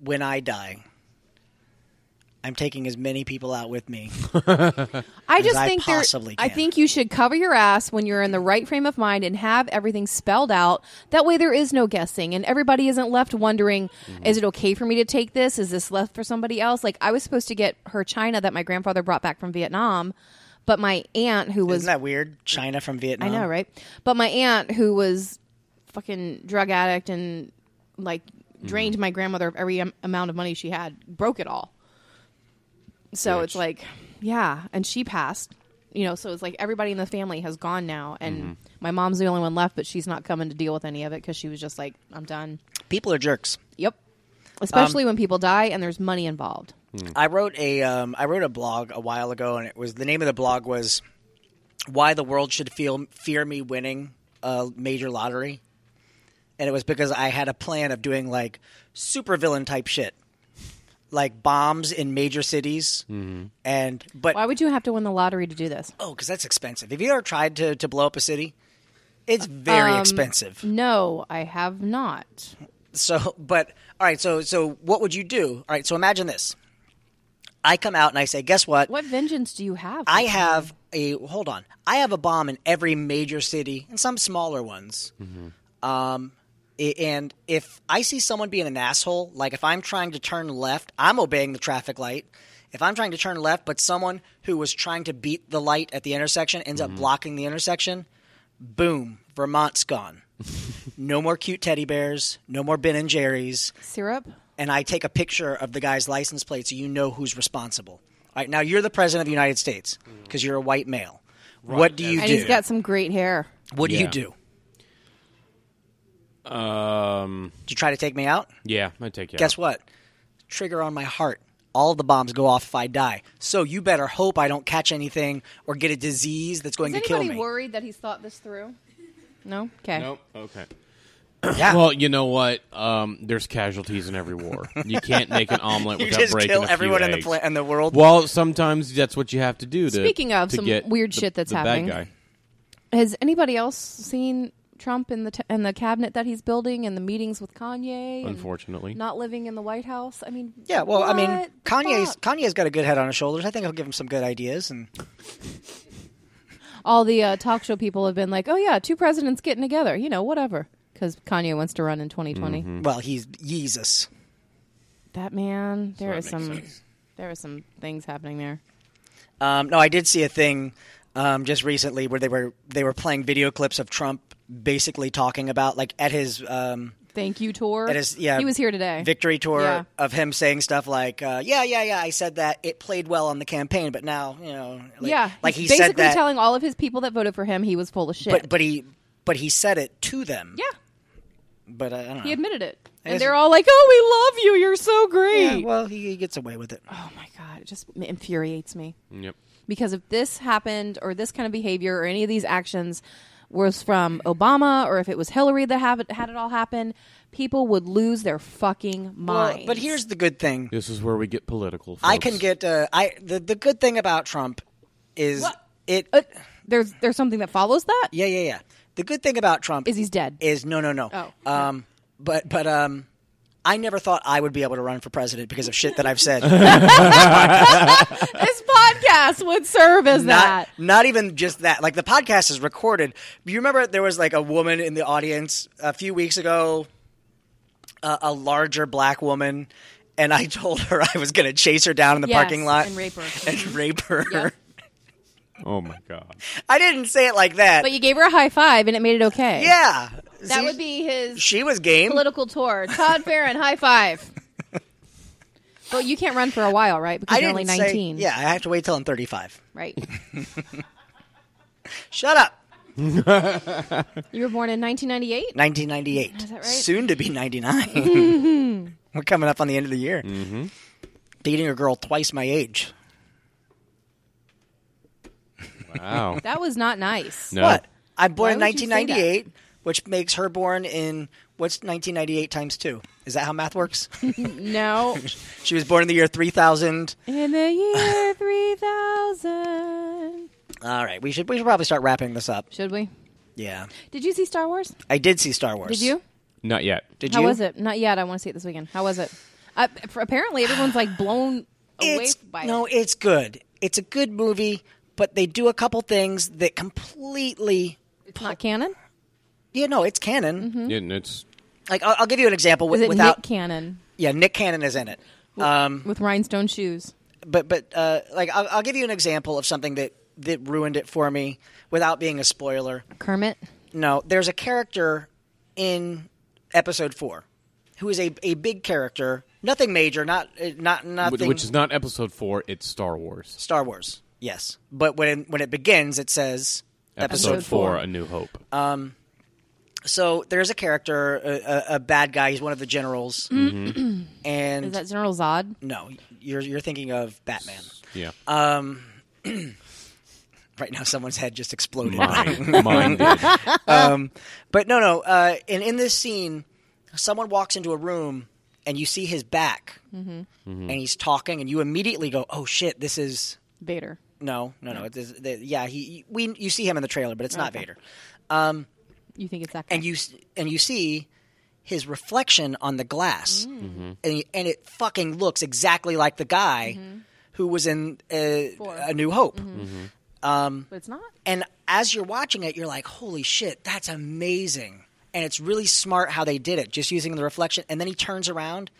[SPEAKER 1] when I die, I'm taking as many people out with me.
[SPEAKER 2] I just
[SPEAKER 1] I
[SPEAKER 2] think there-
[SPEAKER 1] possibly
[SPEAKER 2] I
[SPEAKER 1] can.
[SPEAKER 2] think you should cover your ass when you're in the right frame of mind and have everything spelled out. That way, there is no guessing, and everybody isn't left wondering:
[SPEAKER 1] Mm-hmm.
[SPEAKER 2] Is it okay for me to take this? Is this left for somebody else? Like I was supposed to get her china that my grandfather brought back from Vietnam, but my aunt, who was
[SPEAKER 1] Isn't that weird? China from Vietnam.
[SPEAKER 2] I know, right? But my aunt, who was fucking drug addict and like drained my grandmother of every am- amount of money she had, broke it all. So it's
[SPEAKER 3] Bitch.
[SPEAKER 2] like, yeah, and she passed. You know, so it's like everybody in the family has gone now, and my mom's the only one left, but she's not coming to deal with any of it because she was just like, I'm done.
[SPEAKER 1] People are jerks.
[SPEAKER 2] Yep. Especially when people die and there's money involved.
[SPEAKER 1] I wrote a um, I wrote a blog a while ago, and it was the name of the blog was "Why the World Should Feel Fear Me Winning a Major Lottery," and it was because I had a plan of doing like supervillain type shit, like bombs in major cities, and but
[SPEAKER 2] Why would you have to win the lottery to do this?
[SPEAKER 1] oh, because that's expensive. Have you ever tried to to blow up a city? It's very
[SPEAKER 2] Um,
[SPEAKER 1] expensive.
[SPEAKER 2] No, I have not.
[SPEAKER 1] So, but all right. So, so what would you do? All right. So imagine this. I come out and I say, guess what?
[SPEAKER 2] What vengeance do you have?
[SPEAKER 1] I have a hold on. I have a bomb in every major city and some smaller ones. Um, i- and if I see someone being an asshole, like if I'm trying to turn left, I'm obeying the traffic light. If I'm trying to turn left, but someone who was trying to beat the light at the intersection ends up blocking the intersection, boom, Vermont's gone. no more cute teddy bears. No more Ben and Jerry's
[SPEAKER 2] syrup.
[SPEAKER 1] and I take a picture of the guy's license plate so you know who's responsible. All right, now you're the president of the United States because you're a white male. What do you
[SPEAKER 2] And
[SPEAKER 1] do?
[SPEAKER 2] he's got some great hair.
[SPEAKER 1] what do you
[SPEAKER 3] Yeah.
[SPEAKER 1] do?
[SPEAKER 3] yeah. Um,
[SPEAKER 1] Do you try to take me out?
[SPEAKER 3] yeah, I take you.
[SPEAKER 1] Guess what? Trigger on my heart. All the bombs go off if I die. So you better hope I don't catch anything or get a disease that's going
[SPEAKER 2] Is
[SPEAKER 1] to kill
[SPEAKER 2] anybody
[SPEAKER 1] me.
[SPEAKER 2] worried that he's thought this through? No. Okay.
[SPEAKER 3] Nope. Okay.
[SPEAKER 1] Yeah.
[SPEAKER 3] Well, you know what? Um, there's casualties in every war. You can't make an omelet
[SPEAKER 1] you
[SPEAKER 3] without
[SPEAKER 1] just
[SPEAKER 3] breaking
[SPEAKER 1] kill
[SPEAKER 3] a few
[SPEAKER 1] everyone in the
[SPEAKER 3] eggs.
[SPEAKER 1] pla- in the world.
[SPEAKER 3] Well, sometimes that's what you have to do. To,
[SPEAKER 2] Speaking of
[SPEAKER 3] to
[SPEAKER 2] some
[SPEAKER 3] get
[SPEAKER 2] weird
[SPEAKER 3] the-
[SPEAKER 2] shit that's
[SPEAKER 3] the
[SPEAKER 2] happening.
[SPEAKER 3] bad guy.
[SPEAKER 2] Has anybody else seen Trump in the t- in the cabinet that he's building and the meetings with Kanye? and
[SPEAKER 3] Unfortunately.
[SPEAKER 2] not living in the White House. I mean,
[SPEAKER 1] yeah, well, I mean,
[SPEAKER 2] what the
[SPEAKER 1] Kanye's
[SPEAKER 2] fuck?
[SPEAKER 1] Kanye's got a good head on his shoulders. I think I'll give him some good ideas and
[SPEAKER 2] all the uh, talk show people have been like, "Oh yeah, two presidents getting together," you know, whatever. Because Kanye wants to run in 2020.
[SPEAKER 1] well, he's Jesus.
[SPEAKER 2] That man, there
[SPEAKER 3] that
[SPEAKER 2] is
[SPEAKER 3] makes
[SPEAKER 2] some,
[SPEAKER 3] sense.
[SPEAKER 2] there are some things happening there.
[SPEAKER 1] Um, no, I did see a thing um, just recently where they were they were playing video clips of Trump basically talking about like at his um,
[SPEAKER 2] Thank you tour.
[SPEAKER 1] at his yeah
[SPEAKER 2] he was here today.
[SPEAKER 1] victory tour
[SPEAKER 2] Yeah.
[SPEAKER 1] of him saying stuff like uh, yeah yeah yeah I said that it played well on the campaign but now you know like,
[SPEAKER 2] yeah,
[SPEAKER 1] like he
[SPEAKER 2] he's
[SPEAKER 1] said
[SPEAKER 2] basically
[SPEAKER 1] that
[SPEAKER 2] telling all of his people that voted for him he was full of shit.
[SPEAKER 1] but but he but he said it to them
[SPEAKER 2] yeah,
[SPEAKER 1] but uh, I, I don't know
[SPEAKER 2] he admitted it,
[SPEAKER 1] guess-
[SPEAKER 2] and they're all like, "Oh, we love you. You're so
[SPEAKER 1] yeah,
[SPEAKER 2] great."
[SPEAKER 1] well he, he gets away with it
[SPEAKER 2] oh my god, it just m- infuriates me.
[SPEAKER 3] Yep.
[SPEAKER 2] because if this happened or this kind of behavior or any of these actions was from Obama or if it was Hillary that have had it all happen, people would lose their fucking minds.
[SPEAKER 1] Well, but here's the good thing
[SPEAKER 3] This is where we get political. Folks.
[SPEAKER 1] I can get uh, I the, the good thing about Trump is
[SPEAKER 2] What?
[SPEAKER 1] it
[SPEAKER 2] Uh, there's there's something that follows that.
[SPEAKER 1] yeah yeah yeah the good thing about Trump
[SPEAKER 2] Is he's dead.
[SPEAKER 1] is no no no
[SPEAKER 2] Oh.
[SPEAKER 1] um but but um I never thought I would be able to run for president because of shit that I've said
[SPEAKER 2] this podcast would serve as
[SPEAKER 1] not
[SPEAKER 2] that.
[SPEAKER 1] not even just that like the podcast is recorded you remember there was like a woman in the audience a few weeks ago a, a larger black woman and I told her I was going to chase her down in the
[SPEAKER 2] Yes,
[SPEAKER 1] parking lot
[SPEAKER 2] and rape her.
[SPEAKER 1] and rape her
[SPEAKER 2] Yep.
[SPEAKER 3] Oh my god.
[SPEAKER 1] I didn't say it like that
[SPEAKER 2] But you gave her a high five and it made it okay.
[SPEAKER 1] Yeah.
[SPEAKER 2] That
[SPEAKER 1] See,
[SPEAKER 2] would be his
[SPEAKER 1] She was game.
[SPEAKER 2] political tour. Todd Farron, high five. But you can't run for a while, right? Because
[SPEAKER 1] I
[SPEAKER 2] you're
[SPEAKER 1] didn't
[SPEAKER 2] only
[SPEAKER 1] say-
[SPEAKER 2] 19.
[SPEAKER 1] yeah, I have to wait till I'm 35.
[SPEAKER 2] Right.
[SPEAKER 1] Shut up.
[SPEAKER 2] You were born in 1998?
[SPEAKER 1] 1998.
[SPEAKER 2] Is that right? Mm-hmm.
[SPEAKER 1] Soon to be 99. We're coming up on the end of the year. Mm-hmm. Dating a girl twice my age.
[SPEAKER 3] Wow.
[SPEAKER 2] That was not nice.
[SPEAKER 3] No.
[SPEAKER 1] What? I'm born
[SPEAKER 2] Why
[SPEAKER 1] in
[SPEAKER 2] would you say that?
[SPEAKER 1] 1998, which makes her born in what's 1998 times two? Is that how math works?
[SPEAKER 2] No.
[SPEAKER 1] she was born in the year 3000.
[SPEAKER 2] In the year 3000.
[SPEAKER 1] All right, we should we should probably start wrapping this up.
[SPEAKER 2] Should we?
[SPEAKER 1] Yeah,
[SPEAKER 2] Did you see Star Wars?
[SPEAKER 1] I did see Star Wars.
[SPEAKER 2] Did you?
[SPEAKER 3] Not yet.
[SPEAKER 1] Did
[SPEAKER 2] How
[SPEAKER 1] you?
[SPEAKER 2] was it? Not yet. I want to see it this weekend. How was it? I, for, apparently, everyone's like blown away
[SPEAKER 1] it's,
[SPEAKER 2] by
[SPEAKER 1] no,
[SPEAKER 2] it.
[SPEAKER 1] it's good. It's a good movie, but they do a couple things that completely.
[SPEAKER 2] It's not canon.
[SPEAKER 1] Yeah, no, it's
[SPEAKER 2] Mm-hmm.
[SPEAKER 1] canon.
[SPEAKER 3] Yeah, and it's
[SPEAKER 1] Like I'll, I'll give you an example
[SPEAKER 2] Is
[SPEAKER 1] with,
[SPEAKER 2] it
[SPEAKER 1] without.
[SPEAKER 2] Nick Cannon
[SPEAKER 1] yeah, Nick Cannon is in it. Um,
[SPEAKER 2] with rhinestone shoes?
[SPEAKER 1] but but uh, like I'll, I'll give you an example of something that that ruined it for me without being a spoiler.
[SPEAKER 2] Kermit.
[SPEAKER 1] No, there's a character in episode four who is a a big character. Nothing major. Not uh, not nothing.
[SPEAKER 3] which is not episode four. It's Star Wars.
[SPEAKER 1] Star Wars. Yes, but when when it begins, it says
[SPEAKER 3] Episode,
[SPEAKER 2] Episode
[SPEAKER 3] four,
[SPEAKER 2] four.
[SPEAKER 3] A New Hope.
[SPEAKER 1] Uh, so there's a character, a, a, a bad guy. He's one of the generals,
[SPEAKER 3] Mm-hmm.
[SPEAKER 1] and
[SPEAKER 2] Mm-hmm. Is that General Zod?
[SPEAKER 1] no, you're you're thinking of Batman.
[SPEAKER 3] yeah.
[SPEAKER 1] uh, Right now, someone's head just exploded.
[SPEAKER 3] Mine. Mine did.
[SPEAKER 1] But no, no. Uh, and in this scene, someone walks into a room, and you see his back,
[SPEAKER 2] Mm-hmm.
[SPEAKER 1] and he's talking, and you immediately go, "Oh shit, this is
[SPEAKER 2] Vader.
[SPEAKER 1] no, no, no." It is, the, yeah, he we you see him in the trailer, but it's not
[SPEAKER 2] Okay.
[SPEAKER 1] Vader,
[SPEAKER 2] You think it's that? guy.
[SPEAKER 1] and you s- and you see. His reflection on the glass,
[SPEAKER 2] Mm.
[SPEAKER 1] and, and it fucking looks exactly like the guy who was in uh,
[SPEAKER 2] Mm-hmm. Four. Mm-hmm.
[SPEAKER 1] A New Hope.
[SPEAKER 2] but it's not.
[SPEAKER 1] And as you're watching it, you're like, holy shit, that's amazing. And it's really smart how they did it, just using the reflection. And then he turns around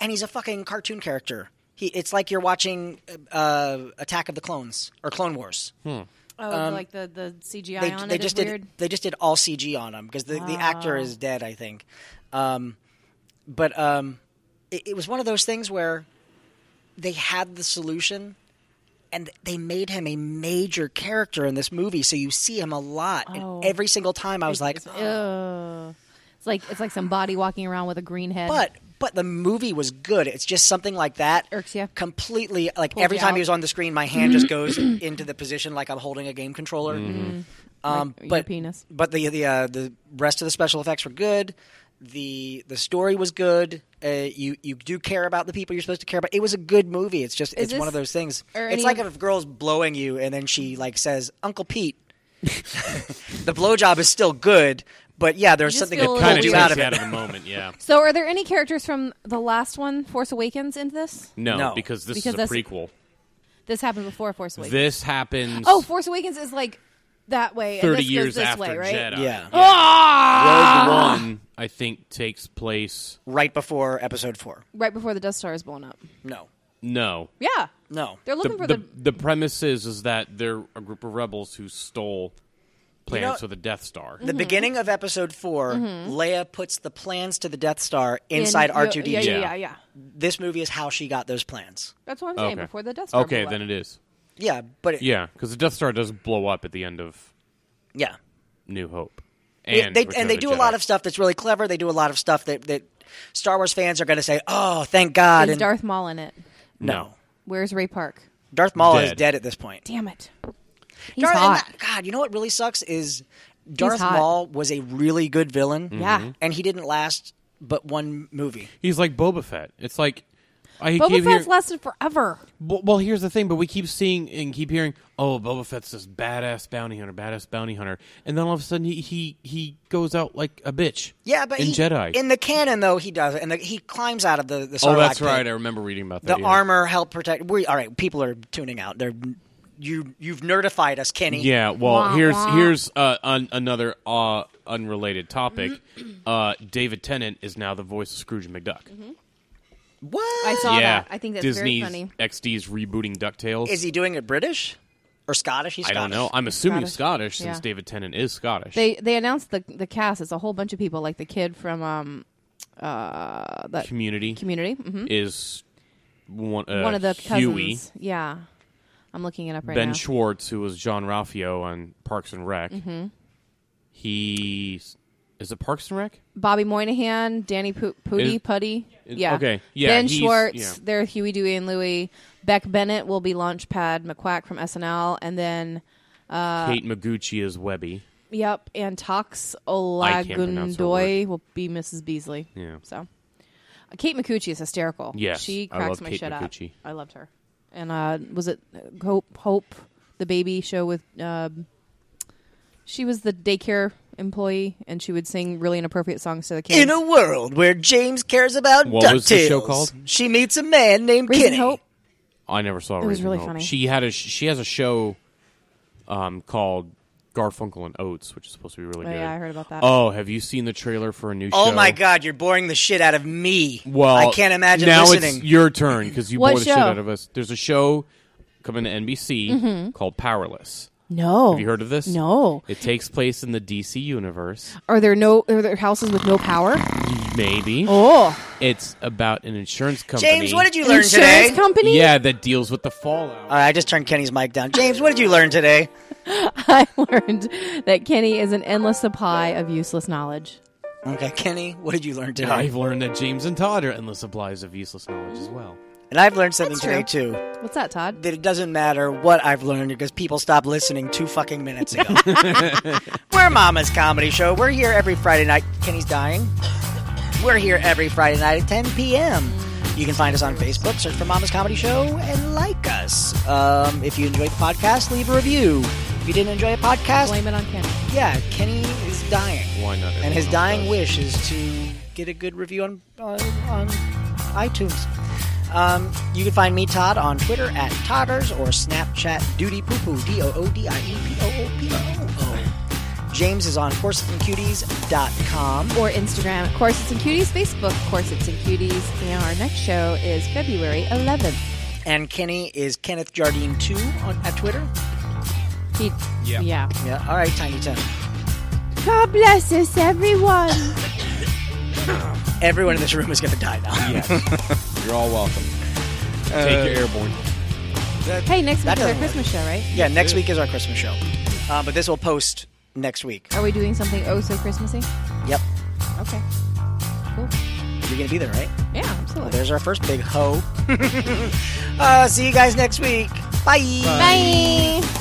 [SPEAKER 1] and he's a fucking cartoon character. He, it's like you're watching uh, Attack of the Clones or Clone Wars.
[SPEAKER 2] Oh, like the the CGI
[SPEAKER 1] Um, They,
[SPEAKER 2] on
[SPEAKER 1] they
[SPEAKER 2] it
[SPEAKER 1] just
[SPEAKER 2] is
[SPEAKER 1] did
[SPEAKER 2] weird. Oh.
[SPEAKER 1] they just did all CG on him because the, the actor is dead, I think. Um, but um, it, it was one of those things where they had the solution and they made him a major character in this movie so you see him a lot
[SPEAKER 2] Oh.
[SPEAKER 1] and every single time i was like
[SPEAKER 2] It's, ugh. it's like it's like somebody walking around with a green head.
[SPEAKER 1] but but the movie was good it's just something like that
[SPEAKER 2] Irks ya.
[SPEAKER 1] completely like
[SPEAKER 2] Pulled
[SPEAKER 1] every
[SPEAKER 2] you
[SPEAKER 1] time
[SPEAKER 2] out.
[SPEAKER 1] he was on the screen my hand just goes into the position like i'm holding a game controller um
[SPEAKER 2] Mm-hmm. Like your
[SPEAKER 1] but
[SPEAKER 2] penis.
[SPEAKER 1] but the the uh, the rest of the special effects were good the the story was good uh, you you do care about the people you're supposed to care about. It was a good movie. It's just it's
[SPEAKER 2] this-
[SPEAKER 1] one of those things.
[SPEAKER 2] or
[SPEAKER 1] It's
[SPEAKER 2] any
[SPEAKER 1] like
[SPEAKER 2] of-
[SPEAKER 1] if a girl's blowing you and then she like says Uncle Pete, the blowjob is still good, but yeah, there's
[SPEAKER 2] just
[SPEAKER 1] something that
[SPEAKER 2] feel a
[SPEAKER 1] pulled
[SPEAKER 2] little
[SPEAKER 3] Kind of
[SPEAKER 1] you
[SPEAKER 3] takes
[SPEAKER 1] out of
[SPEAKER 3] you
[SPEAKER 1] it.
[SPEAKER 3] out of the moment. Yeah.
[SPEAKER 2] So, are there any characters from the last one, Force Awakens, into this?
[SPEAKER 3] No,
[SPEAKER 1] No.
[SPEAKER 3] because this
[SPEAKER 2] Because
[SPEAKER 3] is a
[SPEAKER 2] that's-
[SPEAKER 3] prequel.
[SPEAKER 2] This happened before Force Awakens.
[SPEAKER 3] This happens.
[SPEAKER 2] oh, Force Awakens is like that way. and
[SPEAKER 3] 30
[SPEAKER 2] this
[SPEAKER 3] years
[SPEAKER 2] goes this
[SPEAKER 3] after
[SPEAKER 2] way, right?
[SPEAKER 3] Jedi.
[SPEAKER 1] Yeah.
[SPEAKER 2] Ah!
[SPEAKER 3] Rogue One, um, I think, takes place.
[SPEAKER 1] Right before episode four.
[SPEAKER 2] Right before the Death Star is blown up.
[SPEAKER 1] No,
[SPEAKER 3] No.
[SPEAKER 2] Yeah,
[SPEAKER 1] No.
[SPEAKER 2] they're looking
[SPEAKER 3] The,
[SPEAKER 2] for
[SPEAKER 3] the,
[SPEAKER 2] the
[SPEAKER 3] the premise is, is that they're a group of rebels who stole plans
[SPEAKER 1] know-
[SPEAKER 3] of the Death Star.
[SPEAKER 1] The beginning of episode 4 Leia puts the plans to the Death Star inside
[SPEAKER 2] Mm-hmm. in-
[SPEAKER 1] R two D
[SPEAKER 2] Yeah,
[SPEAKER 1] two.
[SPEAKER 2] yeah, yeah,
[SPEAKER 3] Yeah.
[SPEAKER 2] yeah.
[SPEAKER 1] This movie is how she got those plans.
[SPEAKER 2] That's what I'm saying.
[SPEAKER 3] Oh, okay.
[SPEAKER 2] Before the Death Star.
[SPEAKER 3] Okay,
[SPEAKER 2] blew
[SPEAKER 3] then
[SPEAKER 2] up.
[SPEAKER 3] it is.
[SPEAKER 1] Yeah, but it, yeah,
[SPEAKER 3] Yeah, because the Death Star does blow up at the end of New Hope.
[SPEAKER 1] It-
[SPEAKER 3] And
[SPEAKER 1] they,
[SPEAKER 3] Return
[SPEAKER 1] and they
[SPEAKER 3] of the
[SPEAKER 1] do a
[SPEAKER 3] Jedi.
[SPEAKER 1] lot of stuff that's really clever. They do a lot of stuff that, that Star Wars fans are going to say, "Oh, thank God!"
[SPEAKER 2] Is
[SPEAKER 1] and
[SPEAKER 2] Darth Maul in it?
[SPEAKER 1] no,
[SPEAKER 2] Where's Ray Park?
[SPEAKER 1] Darth Maul is
[SPEAKER 3] Dead.
[SPEAKER 1] dead at this point.
[SPEAKER 2] Damn it. He's
[SPEAKER 1] Darth, and
[SPEAKER 2] hot.
[SPEAKER 1] that- God, you know what really sucks is Darth
[SPEAKER 2] hot.
[SPEAKER 1] Maul was a really good villain.
[SPEAKER 2] Yeah.
[SPEAKER 1] and he didn't last but one movie.
[SPEAKER 3] He's like Boba Fett. It's like I
[SPEAKER 2] Boba Fett's
[SPEAKER 3] keep hearing,
[SPEAKER 2] lasted forever.
[SPEAKER 3] well, well, here's the thing, but we keep seeing and keep hearing, oh, Boba Fett's this badass bounty hunter, badass bounty hunter, and then all of a sudden he he, he goes out like a bitch.
[SPEAKER 1] Yeah, but
[SPEAKER 3] in
[SPEAKER 1] he-
[SPEAKER 3] Jedi.
[SPEAKER 1] in the canon though he does, and the, he climbs out of the the.
[SPEAKER 3] oh,
[SPEAKER 1] Sarlacc
[SPEAKER 3] that's
[SPEAKER 1] pit.
[SPEAKER 3] right. I remember reading about that.
[SPEAKER 1] The
[SPEAKER 3] yeah.
[SPEAKER 1] armor helped protect. We all right. People are tuning out. They're you. You've nerdified us, Kenny.
[SPEAKER 3] Yeah, well,
[SPEAKER 2] Wah,
[SPEAKER 3] here's
[SPEAKER 2] wah.
[SPEAKER 3] here's uh, un, another uh, unrelated topic.
[SPEAKER 2] Mm-hmm.
[SPEAKER 3] uh, David Tennant is now the voice of Scrooge McDuck.
[SPEAKER 1] What
[SPEAKER 2] I saw
[SPEAKER 3] Yeah,
[SPEAKER 2] that. Mm-hmm. I think that's
[SPEAKER 3] Disney's
[SPEAKER 2] very funny.
[SPEAKER 3] XD's rebooting Ducktales.
[SPEAKER 1] is he doing it? British or Scottish? He's
[SPEAKER 3] I
[SPEAKER 1] Scottish.
[SPEAKER 3] don't know. I'm assuming Scottish,
[SPEAKER 2] Scottish.
[SPEAKER 3] since
[SPEAKER 2] Yeah.
[SPEAKER 3] David Tennant is Scottish.
[SPEAKER 2] They they announced the the cast. It's a whole bunch of people, like the kid from um uh that
[SPEAKER 3] Community.
[SPEAKER 2] community. hmm
[SPEAKER 3] is one, uh,
[SPEAKER 2] One of the
[SPEAKER 3] Huey,
[SPEAKER 2] cousins. Yeah. I'm looking it up right
[SPEAKER 3] Ben
[SPEAKER 2] now.
[SPEAKER 3] Schwartz, who was John Ralphio on Parks and Rec.
[SPEAKER 2] Mm-hmm.
[SPEAKER 3] He is it Parks and Rec?
[SPEAKER 2] Bobby Moynihan, Danny P- Pooty,
[SPEAKER 3] Is-
[SPEAKER 2] Putty.
[SPEAKER 3] is-
[SPEAKER 2] Yeah.
[SPEAKER 3] okay. Yeah,
[SPEAKER 2] Ben
[SPEAKER 3] he's-
[SPEAKER 2] Schwartz.
[SPEAKER 3] yeah.
[SPEAKER 2] They're Huey, Dewey, and Louie. Beck Bennett will be Launchpad McQuack from SNL, and then Uh,
[SPEAKER 3] Kate Maguchi is Webby.
[SPEAKER 2] yep, and Tox
[SPEAKER 3] can't pronounce her
[SPEAKER 2] Olagundoy will be Mrs. Beasley.
[SPEAKER 3] Yeah.
[SPEAKER 2] So, Uh, Kate McCucci is hysterical.
[SPEAKER 3] Yes,
[SPEAKER 2] she
[SPEAKER 3] I
[SPEAKER 2] cracks
[SPEAKER 3] love
[SPEAKER 2] my
[SPEAKER 3] Kate
[SPEAKER 2] shit
[SPEAKER 3] McCucci.
[SPEAKER 2] up. I loved her. And uh, was it Hope Hope the baby show with? Um, she was the daycare employee, and she would sing really inappropriate songs to the kids.
[SPEAKER 1] In a world where James cares about
[SPEAKER 3] What
[SPEAKER 1] DuckTales,
[SPEAKER 3] was the show called?
[SPEAKER 1] She meets a man named
[SPEAKER 2] Raising
[SPEAKER 1] Kenny.
[SPEAKER 2] Hope.
[SPEAKER 3] I never saw. It
[SPEAKER 2] was really funny.
[SPEAKER 3] She had a she has a show um, called Garfunkel and Oates, which is supposed to be really
[SPEAKER 2] Oh,
[SPEAKER 3] good.
[SPEAKER 2] yeah, I heard about that.
[SPEAKER 3] Oh, have you seen the trailer for a new show?
[SPEAKER 1] Oh my God, you're boring the shit out of me.
[SPEAKER 3] Well,
[SPEAKER 1] I can't imagine
[SPEAKER 3] now
[SPEAKER 1] listening.
[SPEAKER 3] it's your turn because you
[SPEAKER 2] What
[SPEAKER 3] bore the shit
[SPEAKER 2] show?
[SPEAKER 3] out of us. There's a show coming to NBC called Powerless.
[SPEAKER 2] No.
[SPEAKER 3] Have you heard of this?
[SPEAKER 2] Mm-hmm. No.
[SPEAKER 3] It takes place in the DC universe.
[SPEAKER 2] Are there no? Are there houses with no power?
[SPEAKER 3] Maybe.
[SPEAKER 2] Oh,
[SPEAKER 3] It's about an insurance company.
[SPEAKER 1] James, what did you learn
[SPEAKER 2] insurance
[SPEAKER 1] today?
[SPEAKER 2] company.
[SPEAKER 3] Yeah, that deals with the fallout.
[SPEAKER 1] All right, I just turned Kenny's mic down. James, what did you learn today?
[SPEAKER 2] I learned that Kenny is an endless supply of useless knowledge.
[SPEAKER 1] Okay, Kenny, what did you learn today?
[SPEAKER 3] I've learned that James and Todd are endless supplies of useless knowledge as well.
[SPEAKER 1] and I've learned something
[SPEAKER 2] That's
[SPEAKER 1] today too.
[SPEAKER 2] What's that, Todd?
[SPEAKER 1] That it doesn't matter what I've learned because people stopped listening two fucking minutes ago. We're Mama's Comedy Show. We're here every Friday night. Kenny's dying. We're here every Friday night at 10 p.m. You can find us on Facebook, search for Mama's Comedy Show, and like us. Um, if you enjoyed the podcast, leave a review. If you didn't enjoy the podcast,
[SPEAKER 2] Blame it on Kenny.
[SPEAKER 1] yeah, Kenny is dying.
[SPEAKER 3] Why not?
[SPEAKER 1] And
[SPEAKER 3] everyone
[SPEAKER 1] his
[SPEAKER 3] else
[SPEAKER 1] dying
[SPEAKER 3] does?
[SPEAKER 1] wish is to get a good review on on, on iTunes. Um, you can find me, Todd, on Twitter at Todders or Snapchat Duty Poo Poo, D O O D I E P O O P O O. James is on corsetandcuties.com.
[SPEAKER 2] Or Instagram at Corsets and Cuties, Facebook Corsets and Cuties, and our next show is February 11th.
[SPEAKER 1] And Kenny is Kenneth Jardine2 on, at Twitter.
[SPEAKER 2] He,
[SPEAKER 3] Yeah.
[SPEAKER 2] yeah.
[SPEAKER 1] Yeah, all right, Tiny Tim.
[SPEAKER 2] God bless us, everyone.
[SPEAKER 1] Everyone in this room is going to die now.
[SPEAKER 3] Yes. You're all welcome.
[SPEAKER 1] Uh,
[SPEAKER 3] Take your airborne.
[SPEAKER 2] hey,
[SPEAKER 1] That
[SPEAKER 2] next week is our
[SPEAKER 1] doesn't
[SPEAKER 2] Christmas show, right?
[SPEAKER 1] Yeah, next week is our Christmas show. Uh, but this will post next week.
[SPEAKER 2] Are we doing something oh so Christmassy?
[SPEAKER 1] Yep,
[SPEAKER 2] Okay. Cool.
[SPEAKER 1] you're going to be there, right?
[SPEAKER 2] Yeah,
[SPEAKER 1] Well,
[SPEAKER 2] absolutely.
[SPEAKER 1] there's our first big hoe. uh, see you guys next week. Bye.
[SPEAKER 2] Bye.